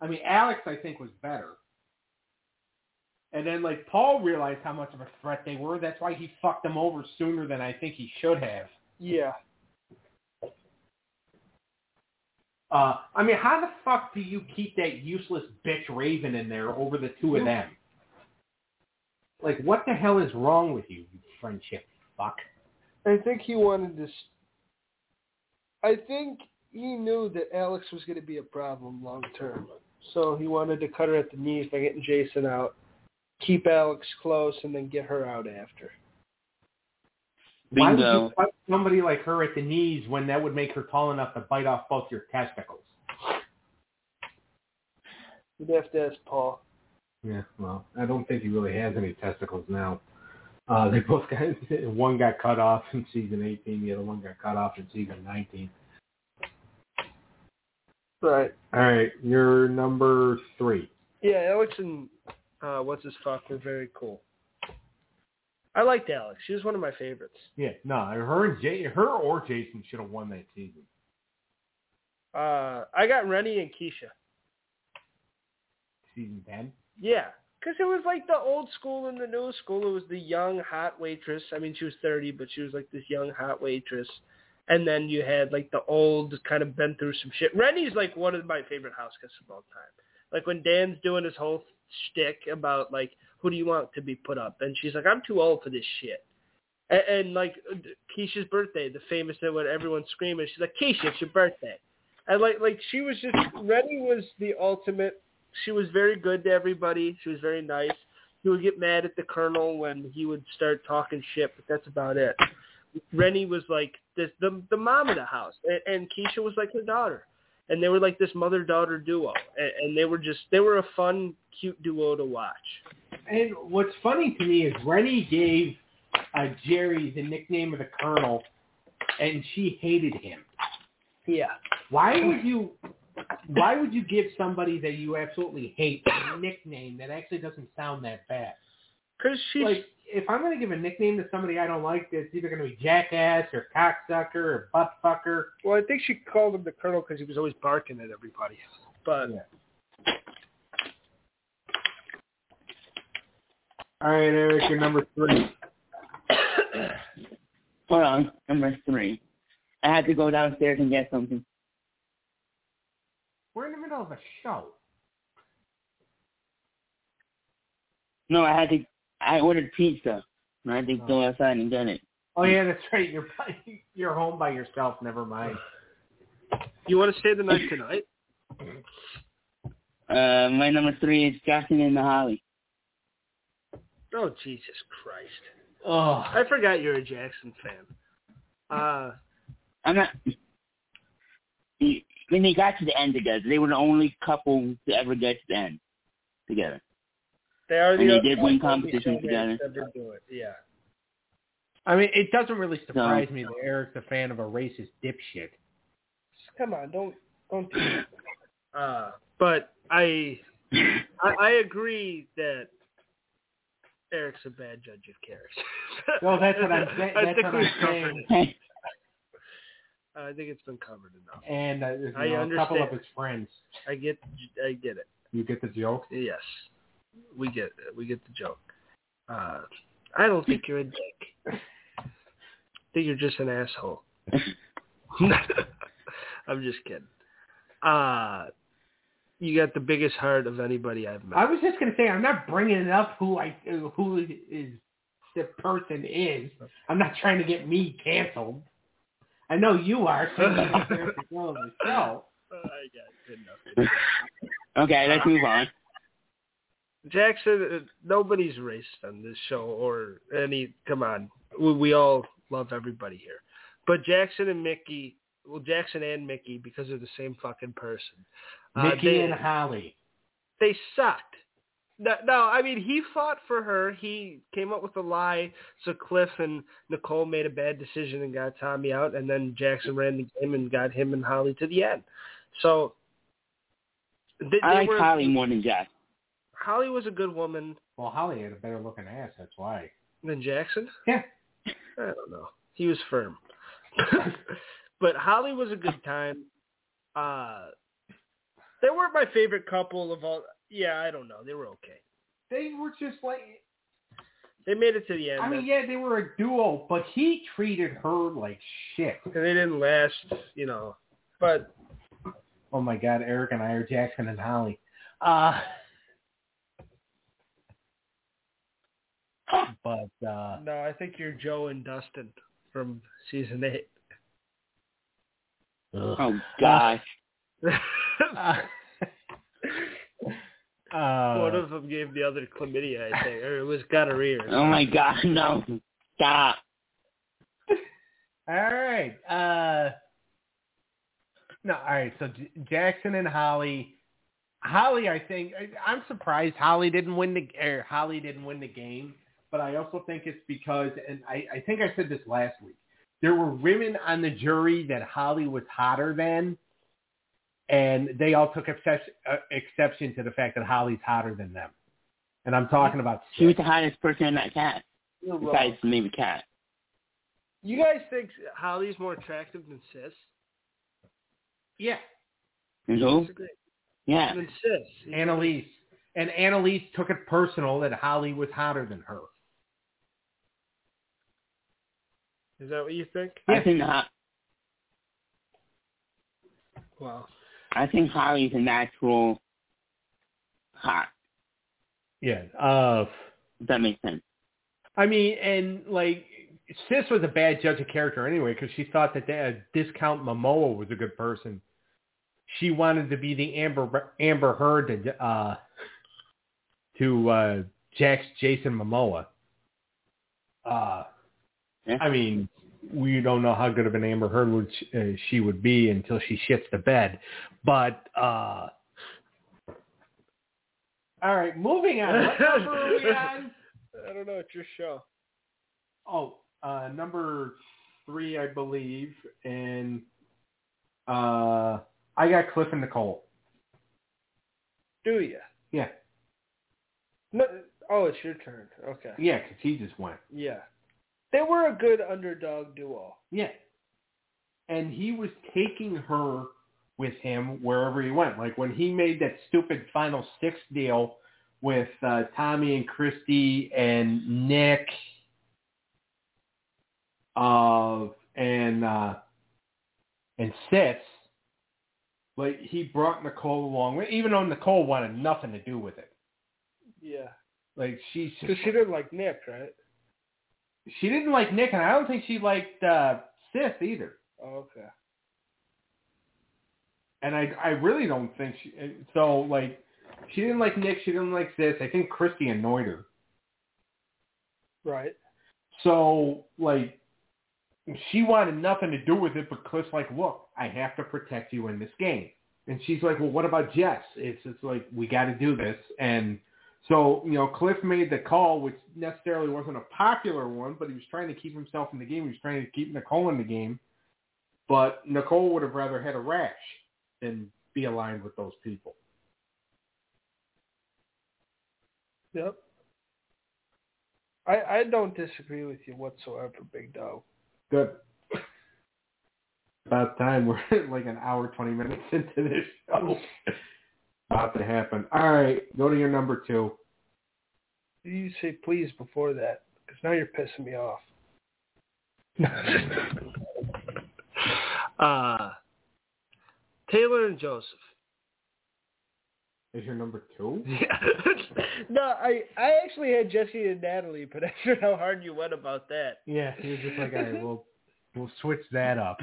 S2: I mean, Alex I think was better. And then like Paul realized how much of a threat they were. That's why he fucked them over sooner than I think he should have.
S1: Yeah.
S2: Uh, I mean, how the fuck do you keep that useless bitch Raven in there over the two of them? Like, what the hell is wrong with you, you friendship fuck?
S1: I think he wanted to. s I think he knew that Alex was going to be a problem long term, so he wanted to cut her at the knees by getting Jason out, keep Alex close, and then get her out after.
S2: Why would
S3: Bingo.
S2: you fight somebody like her at the knees when that would make her tall enough to bite off both your testicles?
S1: You'd have to ask Paul.
S2: Yeah, well, I don't think he really has any testicles now. Uh, they both got one got cut off in season 18, the other one got cut off in season 19.
S1: Right.
S2: All right, you're number three.
S1: Yeah, Alex and uh, what's his fuck were very cool. I liked Alex. She was one of my favorites.
S2: Yeah, no, her and Jay, her or Jason should have won that season.
S1: Uh, I got Rennie and Keisha.
S2: Season 10.
S1: Yeah, because it was like the old school and the new school. It was the young hot waitress. I mean, she was thirty, but she was like this young hot waitress. And then you had like the old kind of been through some shit. Rennie's like one of my favorite house guests of all time. Like when Dan's doing his whole shtick about like who do you want to be put up, and she's like, I'm too old for this shit. And, and like Keisha's birthday, the famous that when everyone's screaming, she's like, Keisha, it's your birthday. And like like she was just Rennie was the ultimate she was very good to everybody. She was very nice. He would get mad at the colonel when he would start talking shit, but that's about it. Rennie was like this, the the mom of the house, and, and Keisha was like her daughter, and they were like this mother daughter duo, and, and they were just they were a fun, cute duo to watch.
S2: And what's funny to me is Rennie gave uh, Jerry the nickname of the Colonel, and she hated him.
S1: Yeah,
S2: Why would you? Why would you give somebody that you absolutely hate a nickname that actually doesn't sound that bad?
S1: because she
S2: Like, if I'm going to give a nickname to somebody I don't like, it's either going to be jackass or cocksucker or buttfucker.
S1: well, I think she called him the colonel because he was always barking at everybody. But
S2: Yeah. All right, Eric, you're number three.
S3: Hold on, number three. I had to go downstairs and get something.
S2: We're in the middle of a show.
S3: No, I had to. I ordered pizza. And I had to go outside and get it.
S2: Oh yeah, that's right. You're by, you're home by yourself. Never mind.
S1: you want to stay the night tonight?
S3: Uh, my number three is Jackson and the Holly.
S1: Oh Jesus Christ!
S2: Oh,
S1: I forgot you're a Jackson fan. Uh
S3: I'm not. When they got to the end together, they were the only couple to ever get to the end together.
S1: They are
S3: And
S1: the
S3: they
S1: other
S3: did
S1: ones
S3: win
S1: that we
S3: competitions
S1: showed that
S3: together.
S1: never do it, Yeah.
S2: I mean, it doesn't really surprise me that Eric's a fan of a racist dipshit.
S1: Come on, don't don't. Do that. Uh, but I, I I agree that Eric's a bad judge of character.
S2: Well, that's what I'm saying-
S1: I
S2: that's
S1: think
S2: what
S1: we've
S2: I'm
S1: covered
S2: saying.
S1: it. I think it's been covered enough.
S2: And uh, you
S1: I
S2: know, a couple of
S1: understand.
S2: his friends.
S1: I get I get it.
S2: You get the joke.
S1: Yes, we get we get the joke. Uh, I don't think you're a dick. I think you're just an asshole. I'm just kidding. Uh, you got the biggest heart of anybody I've met.
S2: I was just gonna say I'm not bringing up who I who is the person is. I'm not trying to get me canceled. I know you are. So you don't care if you're on the show.
S1: Uh, I got good enough.
S3: okay, let's move on.
S1: Jackson, uh, nobody's racist on this show or any. Come on, we, we all love everybody here, but Jackson and Mickey, well, Jackson and Mickey because they're the same fucking person. Uh,
S2: Mickey
S1: they-
S2: and Holly.
S1: they sucked. No, no, I mean he fought for her. He came up with a lie, so Cliff and Nicole made a bad decision and got Tommy out, and then Jackson ran the game and got him and Holly to the end. So they, they
S3: I like
S1: were,
S3: Holly more than Jack.
S1: Holly was a good woman
S2: Well, Holly had a better looking ass. That's why.
S1: than Jackson.
S2: Yeah.
S1: I don't know. He was firm, but Holly was a good time. Uh, they weren't my favorite couple of all. Yeah, I don't know. They were okay.
S2: they were just like
S1: They made it to the end.
S2: I mean,
S1: man.
S2: yeah, they were a duo, but he treated her like shit.
S1: And they didn't last, you know. But
S2: Oh my God, Eric and I are Jackson and Holly. Uh, but uh,
S1: no, I think you're Joe and Dustin from season eight.
S3: Oh gosh.
S2: uh, uh,
S1: One of them gave the other chlamydia, I think, or it was gonorrhea.
S3: Oh my god, no. Stop.
S2: All right. Uh, no, all right. So J- Jackson and Holly, Holly, I think I, I'm surprised Holly didn't win the or Holly didn't win the game, but I also think it's because, and I, I think I said this last week, there were women on the jury that Holly was hotter than, and they all took exception, uh, exception to the fact that Holly's hotter than them, and I'm talking about
S3: She was the hottest person in that cat.
S1: You're wrong.
S3: Besides maybe cat.
S1: You guys think Holly's more attractive than Sis?
S2: yeah,
S3: And who?
S1: Disagree.
S3: Yeah.
S1: Than Sis.
S2: Annalise. And Annalise took it personal that Holly was hotter than her.
S1: Is that what you think?
S3: I think Ho-
S1: Wow.
S3: I think Holly's a natural hot.
S2: Yeah. Uh,
S3: If that makes sense.
S2: I mean, and like, Sis was a bad judge of character anyway because she thought that that discount Momoa was a good person. She wanted to be the Amber Amber Heard to uh, to uh, Jack's Jason Momoa. Uh,
S3: Yeah.
S2: I mean, we don't know how good of an Amber Heard would she, uh, she would be until she shits the bed. But uh, all right, moving on. What number are we on?
S1: I don't know. It's your show.
S2: Oh, uh, number three, I believe, and uh, I got Cliff and Nicole.
S1: Do you?
S2: Yeah,
S1: No. Oh, it's your turn. Okay.
S2: yeah, because he just went.
S1: Yeah. They were a good underdog duo.
S2: Yeah, and he was taking her with him wherever he went. Like when he made that stupid final six deal with uh, Tommy and Christy and Nick, uh, and uh, and Sis. Like he brought Nicole along, with- even though Nicole wanted nothing to do with it.
S1: Yeah.
S2: Like she,
S1: Because she didn't like Nick, right?
S2: she didn't like Nick, and I don't think she liked uh, Sis either.
S1: Oh, okay.
S2: and I I really don't think she so like she didn't like Nick, she didn't like this. I think Christy annoyed her.
S1: Right.
S2: So like she wanted nothing to do with it, but Cliff's like, look, I have to protect you in this game. And she's like, well, what about Jess? It's it's like we got to do this. And so you know, Cliff made the call, which necessarily wasn't a popular one, but he was trying to keep himself in the game. He was trying to keep Nicole in the game. But Nicole would have rather had a rash than be aligned with those people.
S1: Yep. I I don't disagree with you whatsoever, Big Dog.
S2: Good. About time we're like an hour twenty minutes into this show. About to happen. All right, go to your number two.
S1: You say please before that, because now you're pissing me off. uh, Taylor and Joseph.
S2: Is your number two?
S1: Yeah. no, I I actually had Jesse and Natalie, but after how hard you went about that,
S2: Yeah, he was just like, all right, we'll we'll switch that up.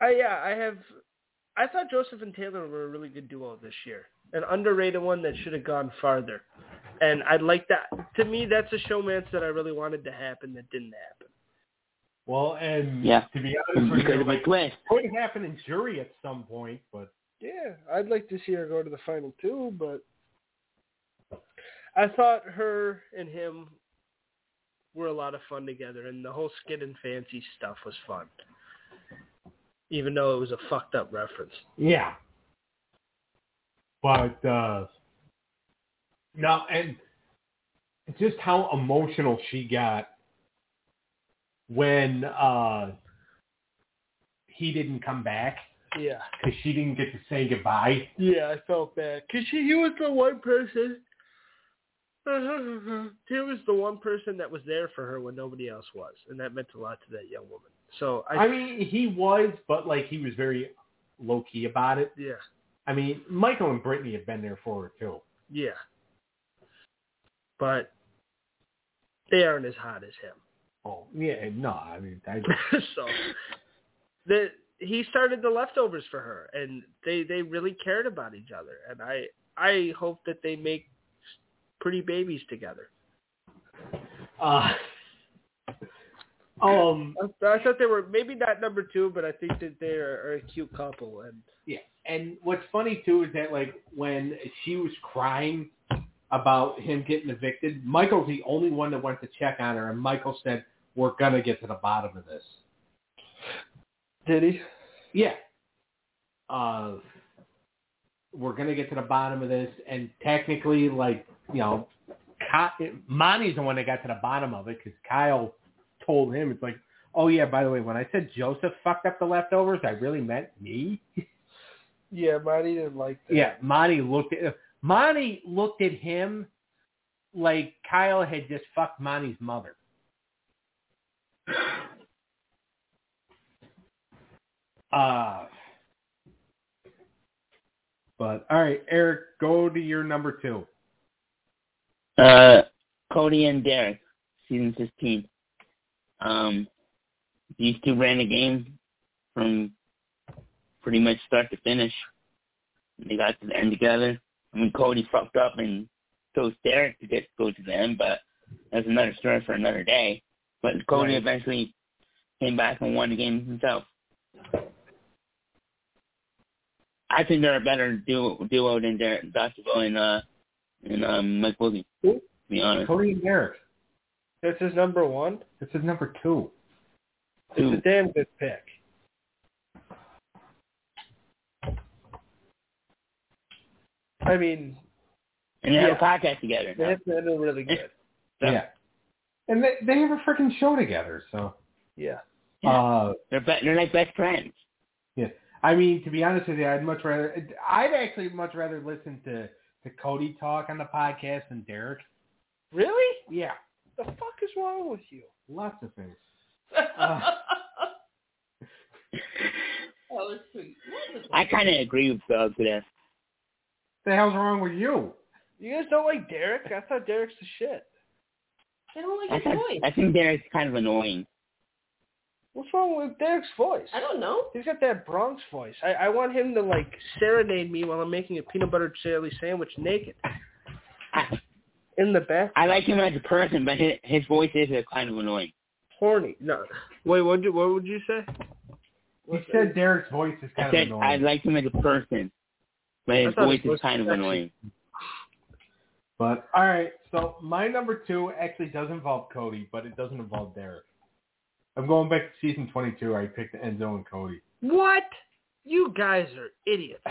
S1: I yeah, I have. I thought Joseph and Taylor were a really good duo this year, an underrated one that should have gone farther. And I like that. To me, that's a showmance that I really wanted to happen that didn't happen.
S2: Well, and
S3: Yeah.
S2: to be honest with
S3: Because
S2: you,
S3: of a
S2: like,
S3: twist.
S2: could happen in jury at some point, but
S1: Yeah, I'd like to see her go to the final two, but I thought her and him were a lot of fun together, and the whole skin and fancy stuff was fun, even though it was a fucked up reference.
S2: yeah. But uh no, and just how emotional she got when uh he didn't come back.
S1: Yeah.
S2: because she didn't get to say goodbye.
S1: Yeah, I felt bad because he was the one person. He was the one person that was there for her when nobody else was, and that meant a lot to that young woman. So I,
S2: I mean, he was, but like he was very low key about it.
S1: yeah,
S2: I mean, Michael and Brittany have been there for her too.
S1: yeah, but they aren't as hot as him.
S2: Oh yeah, no, I mean, I,
S1: so the he started the leftovers for her, and they they really cared about each other, and I I hope that they make pretty babies together.
S2: uh, um,
S1: I I thought they were maybe not number two, but I think that they are, are a cute couple. And
S2: Yeah, and what's funny too is that like when she was crying about him getting evicted, Michael's the only one that went to check on her, and Michael said, "We're gonna get to the bottom of this."
S1: did he?
S2: Yeah, uh, we're gonna get to the bottom of this, and technically, like you know, Ky- Monty's the one that got to the bottom of it because Kyle told him it's like, "Oh yeah, by the way, when I said Joseph fucked up the leftovers, I really meant me."
S1: Yeah, Monty didn't like that.
S2: Yeah, Monty looked at Monty looked at him like Kyle had just fucked Monty's mother. Uh but all right, Eric, go to your number two.
S3: Uh, Cody and Derek, season 15. Um, these two ran the game from pretty much start to finish. They got to the end together. I mean, Cody fucked up and chose Derek to get to go to the end, but that's another story for another day. But Cody
S2: Right.
S3: eventually came back and won the game himself. I think they're a better duo, duo than Derek Dustville and uh and um Mike Wilson. To be honest,
S2: Cody and Derek.
S1: That's his number one.
S2: This is number two.
S1: It's a
S3: Two.
S1: damn good pick. I mean,
S3: and they have
S1: Yeah.
S3: a podcast together.
S1: they have been really good.
S3: Yeah.
S2: Yeah. And they, they have a freaking show together, so
S1: Yeah.
S3: Yeah.
S2: uh
S3: They're be- they're like best friends.
S2: I mean, to be honest with you, I'd much rather I'd actually much rather listen to to Cody talk on the podcast than Derek.
S1: Really?
S2: Yeah,
S1: The fuck is wrong with you?
S2: lots of things.
S4: Uh. that was sweet. That was
S3: I kind of agree with uh, Doug with that.
S2: The hell's wrong with you?
S1: You guys don't like Derek? I thought Derek's the shit.
S4: I don't
S3: I,
S4: like his
S3: thought-
S4: voice.
S3: I think Derek's kind of annoying.
S1: What's wrong with Derek's voice?
S4: I don't know.
S1: He's got that Bronx voice. I, I want him to like serenade me while I'm making a peanut butter jelly sandwich naked
S3: I,
S1: in the back.
S3: I like him as a person, but his, his voice is uh, kind of annoying.
S1: Horny. No. Wait. What? Did, what would you say?
S2: He said Derek's voice is
S3: I
S2: kind
S3: said
S2: of
S3: I
S2: annoying,
S3: like him as a person, but
S1: I
S3: his
S1: thought his
S3: voice
S1: voice
S3: is kind of
S1: was
S3: annoying.
S2: but all right. So my number two actually does involve Cody, but it doesn't involve Derek. I'm going back to season 22. I picked Enzo and Cody.
S1: What? You guys are idiots.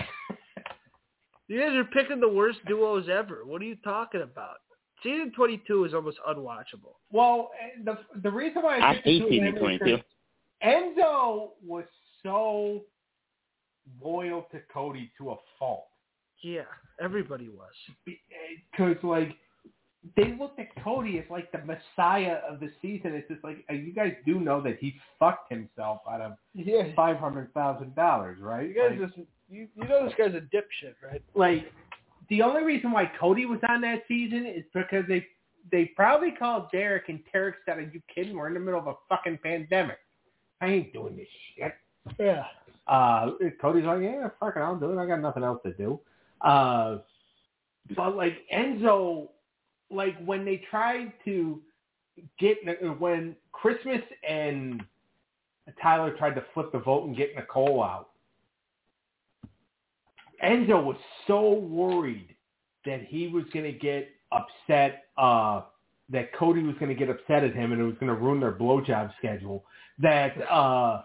S1: you guys are picking the worst duos ever. What are you talking about? Season 22 is almost unwatchable.
S2: Well, and the the reason why I
S3: I
S2: picked the
S3: hate
S2: two of
S3: season
S2: them is
S3: 22.
S2: that Enzo was so loyal to Cody to a fault.
S1: Yeah, everybody was.
S2: because like they looked at Cody as like the messiah of the season. It's just like uh, you guys do know that he fucked himself out of
S1: Yeah.
S2: five hundred thousand dollars, right?
S1: You guys
S2: like,
S1: just you, you know this guy's a dipshit, right?
S2: like, the only reason why Cody was on that season is because they they probably called Derek and Derek said, "Are you kidding? We're in the middle of a fucking pandemic. I ain't doing this shit."
S1: Yeah.
S2: Uh, Cody's like, yeah, fucking, I'll do it. I got nothing else to do. Uh, but like Enzo, like when they tried to get when Christmas and Tyler tried to flip the vote and get Nicole out, Enzo was so worried that he was going to get upset. Uh, that Cody was going to get upset at him and it was going to ruin their blowjob schedule. That uh,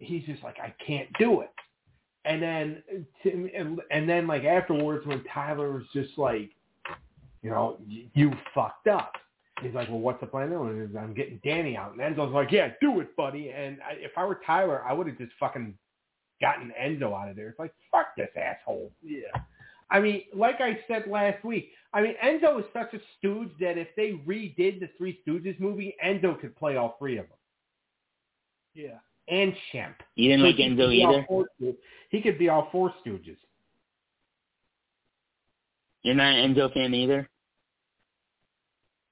S2: he's just like, I can't do it. And then, Tim- and, and then like afterwards when Tyler was just like, you know, y- you fucked up. He's like, well, what's the plan now? And he's, I'm getting Danny out. And Enzo's like, yeah, do it, buddy. And I, if I were Tyler, I would have just fucking gotten Enzo out of there. It's like, fuck this asshole.
S1: Yeah.
S2: I mean, like I said last week, I mean, Enzo is such a stooge that if they redid the Three Stooges movie, Enzo could play all three of them.
S1: Yeah.
S2: And Shemp.
S3: You didn't like Enzo
S2: He could be all
S3: either.
S2: four Stoo- He could be all four Stooges.
S3: You're not an Enzo fan either.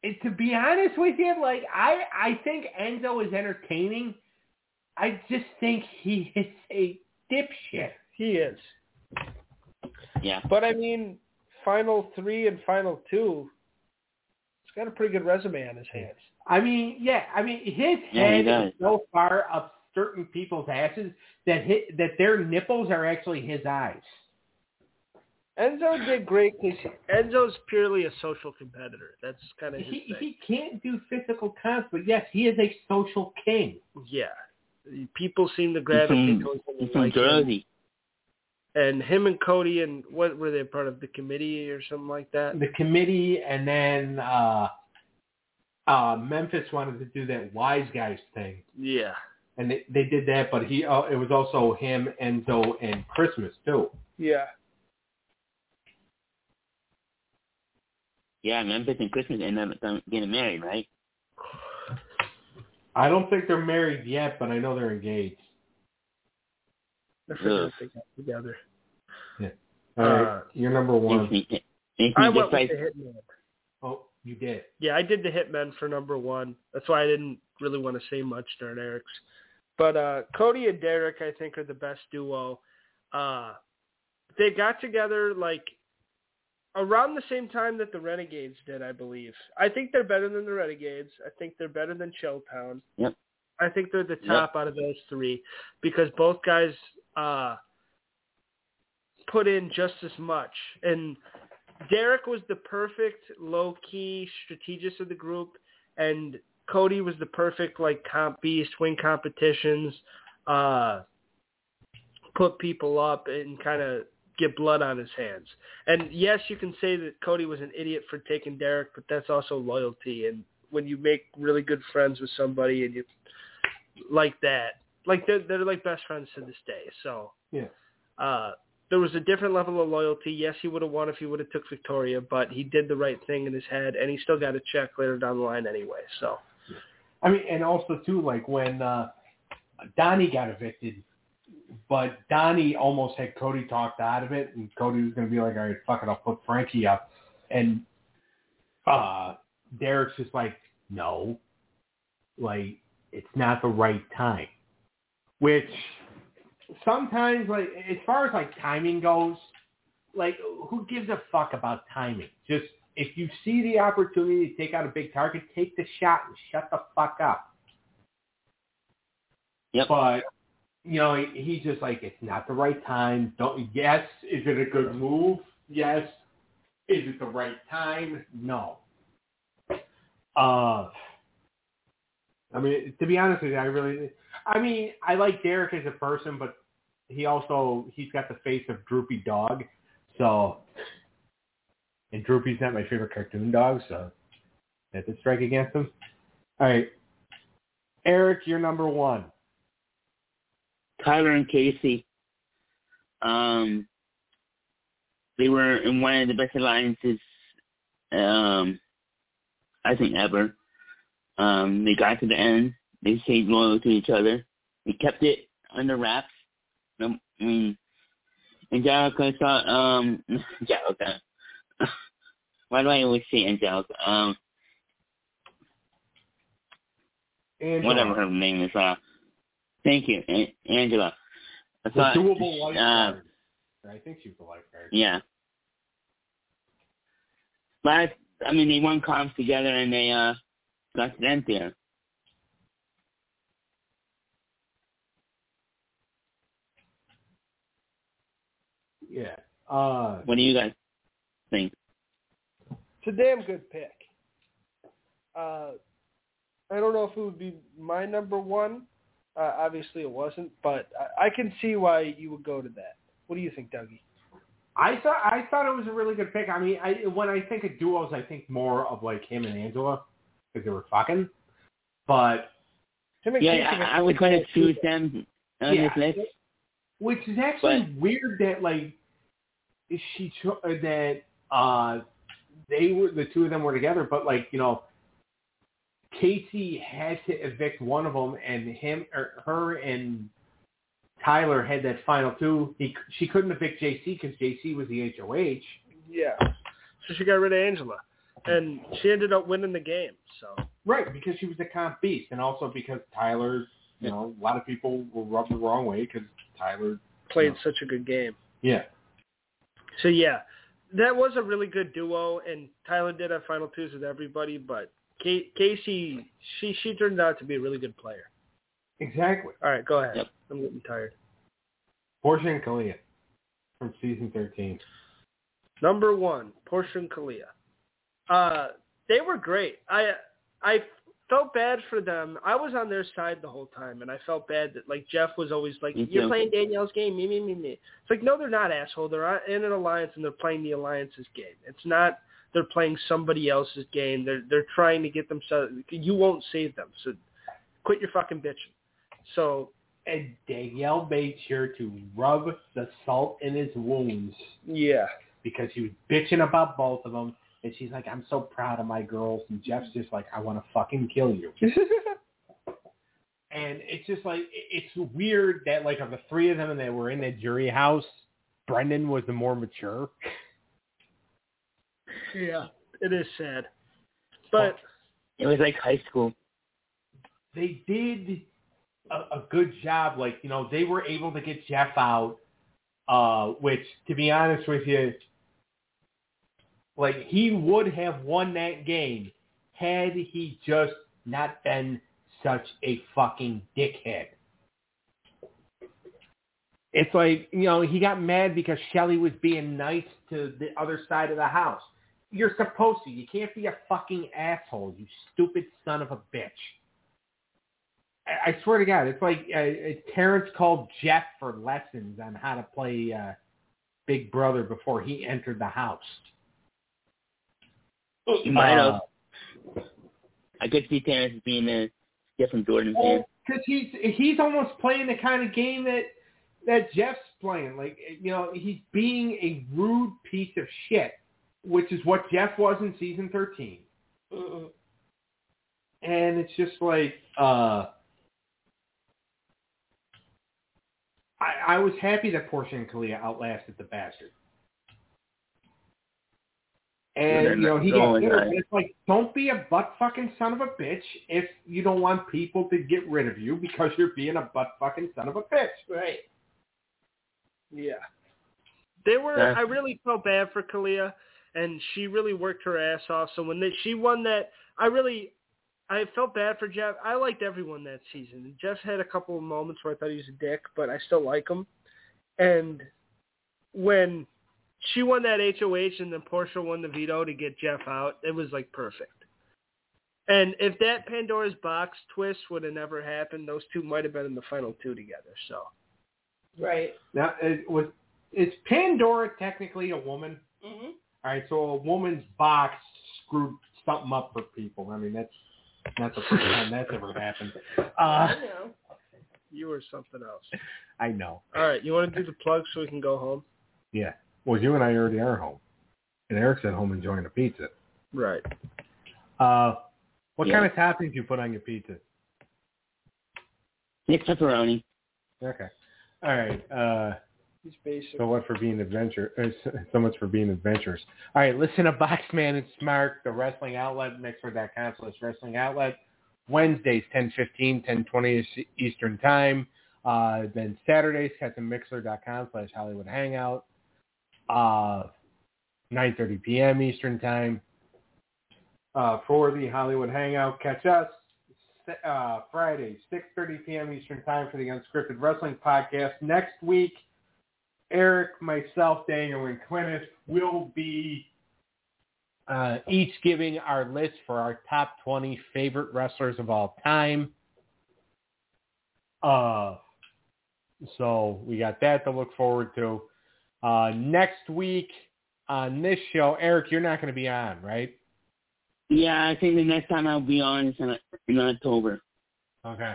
S2: And to be honest with you, like I, I think Enzo is entertaining. I just think he is a dipshit.
S1: He is.
S3: Yeah.
S1: But I mean, final three and final two, he's got a pretty good resume on his hands.
S2: I mean, yeah, I mean his
S3: he
S2: head
S3: does.
S2: is so far up certain people's asses that hi that their nipples are actually his eyes.
S1: Enzo did great because Enzo's purely a social competitor. That's kind of his
S2: He
S1: thing.
S2: he can't do physical comps, but yes, he is a social king.
S1: Yeah. People seem to grab him
S3: Mhm.
S1: because they
S3: He's from
S1: like him.
S3: Jersey.
S1: And him and Cody and what were they part of the committee or something like that?
S2: The committee and then uh uh Memphis wanted to do that wise guys thing.
S1: Yeah.
S2: And they, they did that, but he uh, it was also him, Enzo, and Christmas too.
S1: Yeah.
S3: Yeah, Memphis and Christmas end up um, getting married, right?
S2: I don't think they're married yet, but I know they're engaged.
S1: I forget
S3: Ugh.
S1: they got together.
S2: All right,
S1: Uh,
S2: you're number
S3: Makes
S2: one.
S3: me, it makes
S1: I
S3: me
S1: went with
S3: just like
S1: the Hitman.
S2: Oh, you did.
S1: Yeah, I did the Hitmen for number one. That's why I didn't really want to say much during Eric's. But uh, Cody and Derek, I think, are the best duo. Uh, they got together like around the same time that the Renegades did, I believe. I think they're better than the Renegades. I think they're better than Chilltown.
S3: Yep.
S1: I think they're the top out of those three because both guys uh, put in just as much. And Derek was the perfect low-key strategist of the group, and Cody was the perfect like comp beast, win competitions, uh, put people up and kind of get blood on his hands. And yes, you can say that Cody was an idiot for taking Derek, but that's also loyalty. And when you make really good friends with somebody and you like that, like they're, they're like best friends to this day. So
S2: Yeah.
S1: uh, there was a different level of loyalty. Yes, he would have won if he would have took Victoria, but he did the right thing in his head, and he still got a check later down the line anyway. So
S2: I mean, and also too, like when uh, Donnie got evicted, but Donnie almost had Cody talked out of it, and Cody was going to be like, "All right, fuck it, I'll put Frankie up," and uh, Derek's just like, "No, like it's not the right time," which sometimes, like as far as like timing goes, like who gives a fuck about timing? Just if you see the opportunity to take out a big target, take the shot and shut the fuck up.
S3: Yep.
S2: But you know, he- he's just like it's not the right time. Don't. Yes, is it a good move? Yes. Is it the right time? No. Uh, I mean, to be honest with you, I really, I mean, I like Derek as a person, but he also he's got the face of Droopy Dog, so and Droopy's not my favorite cartoon dog, so that's a strike against him. All right, Eric, you're number one.
S3: Tyler and Casey. Um, they were in one of the best alliances, um, I think ever. Um, they got to the end. They stayed loyal to each other. They kept it under wraps. Um, I mean, Angelica thought, um, Angelica. Why do I always say Angelica? Um,
S2: And
S3: whatever her name is. Uh, thank you, An- Angela. I
S2: the
S3: thought,
S2: doable
S3: uh,
S2: lifeguard. I think she's the lifeguard.
S3: Yeah. Last, I mean, they won comps together and they uh got them there.
S2: Yeah. Uh,
S3: What do you guys think?
S1: it's a damn good pick. Uh, I don't know if it would be my number one. Uh, obviously, it wasn't, but I, I can see why you would go to that. What do you think, Dougie?
S2: I thought I thought it was a really good pick. I mean, I, when I think of duos, I think more of like him and Angela because they were fucking. But
S1: Him and
S3: Yeah,
S1: Casey were-
S3: I, I was gonna choose them on
S2: Yeah.
S3: this list.
S2: Which is actually weird that like she cho- uh, that uh they were the two of them were together, but like you know, Casey had to evict one of them, and him or her and Tyler had that final two. He she couldn't evict JC because JC was the HOH.
S1: Yeah. So she got rid of Angela, and she ended up winning the game. So
S2: Right, because she was a comp beast, and also because Tyler, you know, a lot of people were rubbed the wrong way because Tyler.
S1: played such a good game.
S2: Yeah.
S1: So yeah, that was a really good duo, and Tyler did have final twos with everybody, but K- Casey, she she turned out to be a really good player.
S2: Exactly.
S1: All right, go ahead.
S3: Yep.
S1: I'm getting tired.
S2: Portia and Kalia from season 13.
S1: Number one, Portia and Kalia. Uh, they were great. I I felt bad for them. I was on their side the whole time, and I felt bad that like Jeff was always like,
S3: Me
S1: "You're
S3: too.
S1: playing Danielle's game, me me me me." It's like, no, they're not asshole. They're on- in an alliance, and they're playing the alliance's game. It's not they're playing somebody else's game. They're they're trying to get themselves. You won't save them, so quit your fucking bitching. So
S2: And Danielle made sure to rub the salt in his wounds
S1: yeah,
S2: because he was bitching about both of them. And she's like, I'm so proud of my girls. And Jeff's just like, I want to fucking kill you. and it's just like, it- it's weird that like of the three of them and they were in the jury house, Brendan was the more mature.
S1: yeah, it is sad, but
S3: It was like high school.
S2: they did a, a good job. Like you know, they were able to get Jeff out, uh, which to be honest with you, like he would have won that game had he just not been such a fucking dickhead. It's like, you know, he got mad because Shelly was being nice to the other side of the house. You're supposed to. You can't be a fucking asshole, you stupid son of a bitch. I I swear to God, it's like uh, uh, Terrence called Jeff for lessons on how to play uh, Big Brother before he entered the house.
S3: He might
S2: Uh,
S3: have. I could see Terrence being a different Jordan fan.
S2: because he's he's almost playing the kind of game that that Jeff's playing. Like you know, he's being a rude piece of shit, which is what Jeff was in season thirteen.
S4: Mm-mm.
S2: and it's just like uh I, I was happy that Portia and Kalia outlasted the bastard.
S3: Yeah,
S2: And you know he
S3: no,
S2: got
S3: it's
S2: bitter,
S3: not.
S2: but it's like don't be a butt fucking son of a bitch if you don't want people to get rid of you because you're being a butt fucking son of a bitch.
S4: Right.
S1: Yeah. They were.
S3: Yeah.
S1: I really felt bad for Kalia, and she really worked her ass off. So when they, she won that, I really, I felt bad for Jeff. I liked everyone that season. And Jeff had a couple of moments where I thought he was a dick, but I still like him. And when she won that HOH, and then Portia won the veto to get Jeff out, it was like perfect. And if that Pandora's box twist would have never happened, those two might have been in the final two together. So
S4: Right.
S2: Now it was is Pandora technically a woman?
S4: Mhm.
S2: All right, so a woman's box screwed something up for people. I mean, that's not the first time that's ever happened. Uh,
S4: I know.
S1: you were something else.
S2: I know.
S1: All right, you want to do the plug so we can go home?
S2: Yeah. Well, you and I already are home, and Eric's at home enjoying a pizza.
S1: Right.
S2: Uh, what
S3: Yeah.
S2: kind of toppings you put on your pizza?
S3: Nick Pepperoni.
S2: Okay. All right. Uh,
S1: He's basic.
S2: So what for being adventure? uh, so- So much for being adventurous. All right, listen to Boxman and Smart, the Wrestling Outlet, Mixer.com slash Wrestling Outlet, Wednesdays 10:15, 10:20 is Eastern Time. Uh, then Saturdays catch them Mixer.com slash Hollywood Hangout, uh, 9:30 p.m. Eastern Time. Uh, for the Hollywood Hangout, catch us uh, Friday 6:30 p.m. Eastern Time for the Unscripted Wrestling Podcast. Next week. Eric, myself, Daniel, and Clintus will be uh, each giving our list for our top 20 favorite wrestlers of all time. Uh, so we got that to look forward to. Uh, next week on this show, Eric, you're not going to be on, right?
S3: Yeah, I think the next time I'll be on is in, in October.
S2: Okay.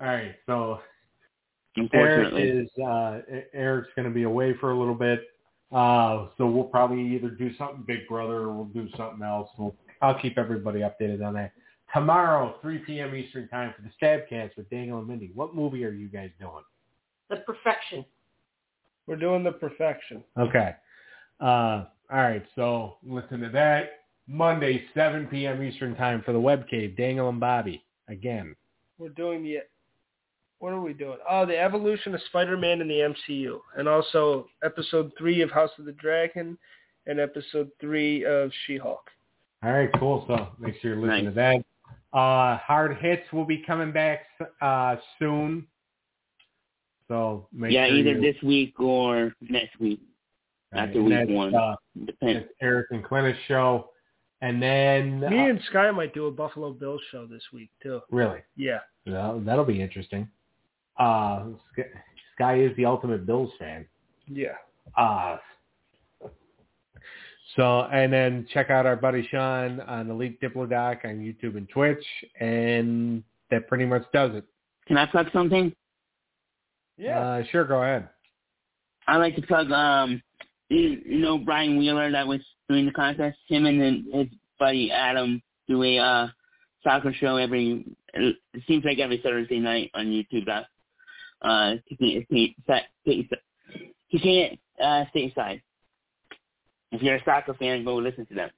S2: All right. So Eric
S3: Unfortunately,
S2: is uh, Eric's going to be away for a little bit, uh, so we'll probably either do something Big Brother or we'll do something else. We'll, I'll keep everybody updated on that. Tomorrow, 3 p.m. Eastern Time for the Stabcast with Daniel and Mindy. What movie are you guys doing?
S4: The perfection.
S1: We're doing the perfection.
S2: Okay. Uh, all right. So listen to that. Monday, 7 p.m. Eastern Time for the Web Cave. Daniel and Bobby again.
S1: We're doing the. What are we doing? Oh, the evolution of Spider-Man in the MCU, and also episode three of House of the Dragon, and episode three of She-Hulk.
S2: All right, cool. So make sure you listen to that. Uh, hard hits will be coming back uh, soon. So make
S3: yeah,
S2: sure
S3: either
S2: you,
S3: this week or next week.
S2: all right,
S3: after
S2: and
S3: week
S2: that's,
S3: one.
S2: Uh,
S3: Depends.
S2: that's Eric and Clint's show, and then
S1: Me
S2: uh,
S1: and Sky might do a Buffalo Bills show this week too.
S2: really
S1: Yeah,
S2: that'll, that'll be interesting. Uh, Sky- Sky is the ultimate Bills fan.
S1: yeah.
S2: Uh, so, and then check out our buddy Sean on Elite Diplodoc on YouTube and Twitch, and that pretty much does it.
S3: Can I plug something?
S2: Uh, sure, go ahead.
S3: I like to plug um you, you know Brian Wheeler that was doing the contest. Him and then his buddy Adam do a uh soccer show every it seems like every Thursday night on YouTube. Uh, uh kicking it sta- sta- kicking it uh stateside. If you're a soccer fan, go listen to them.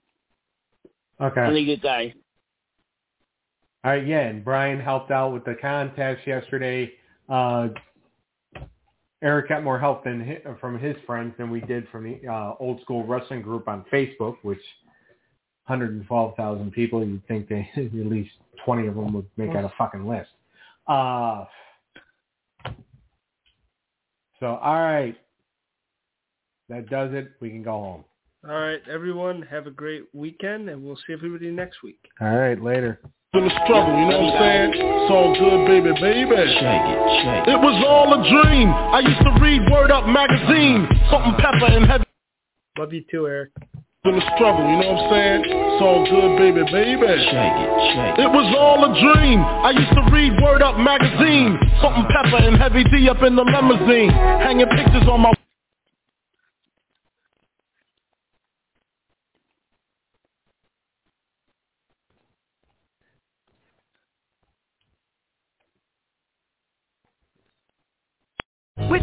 S2: Okay.
S3: Really good guys.
S2: All right, yeah, and Brian helped out with the contest yesterday. Uh, Eric got more help than hi from his friends than we did from the uh, old school wrestling group on Facebook, which 112,000 people, you'd think they, at least 20 of them would make out a fucking list. Uh, so, all right. That does it. We can go home.
S1: All right, everyone, have a great weekend, and we'll see everybody next week.
S2: All right, later.
S5: in the struggle, you know what I'm saying? It's all good, baby, baby. it. was all a dream. I used to read Word Up magazine, salt and pepper and heavy
S1: Love you too, Eric.
S5: in the struggle, you know what I'm saying? It's all good, baby, baby. it. was all a dream. I used to read Word Up magazine, salt and pepper and heavy D up in the limousine, hanging pictures on my
S6: With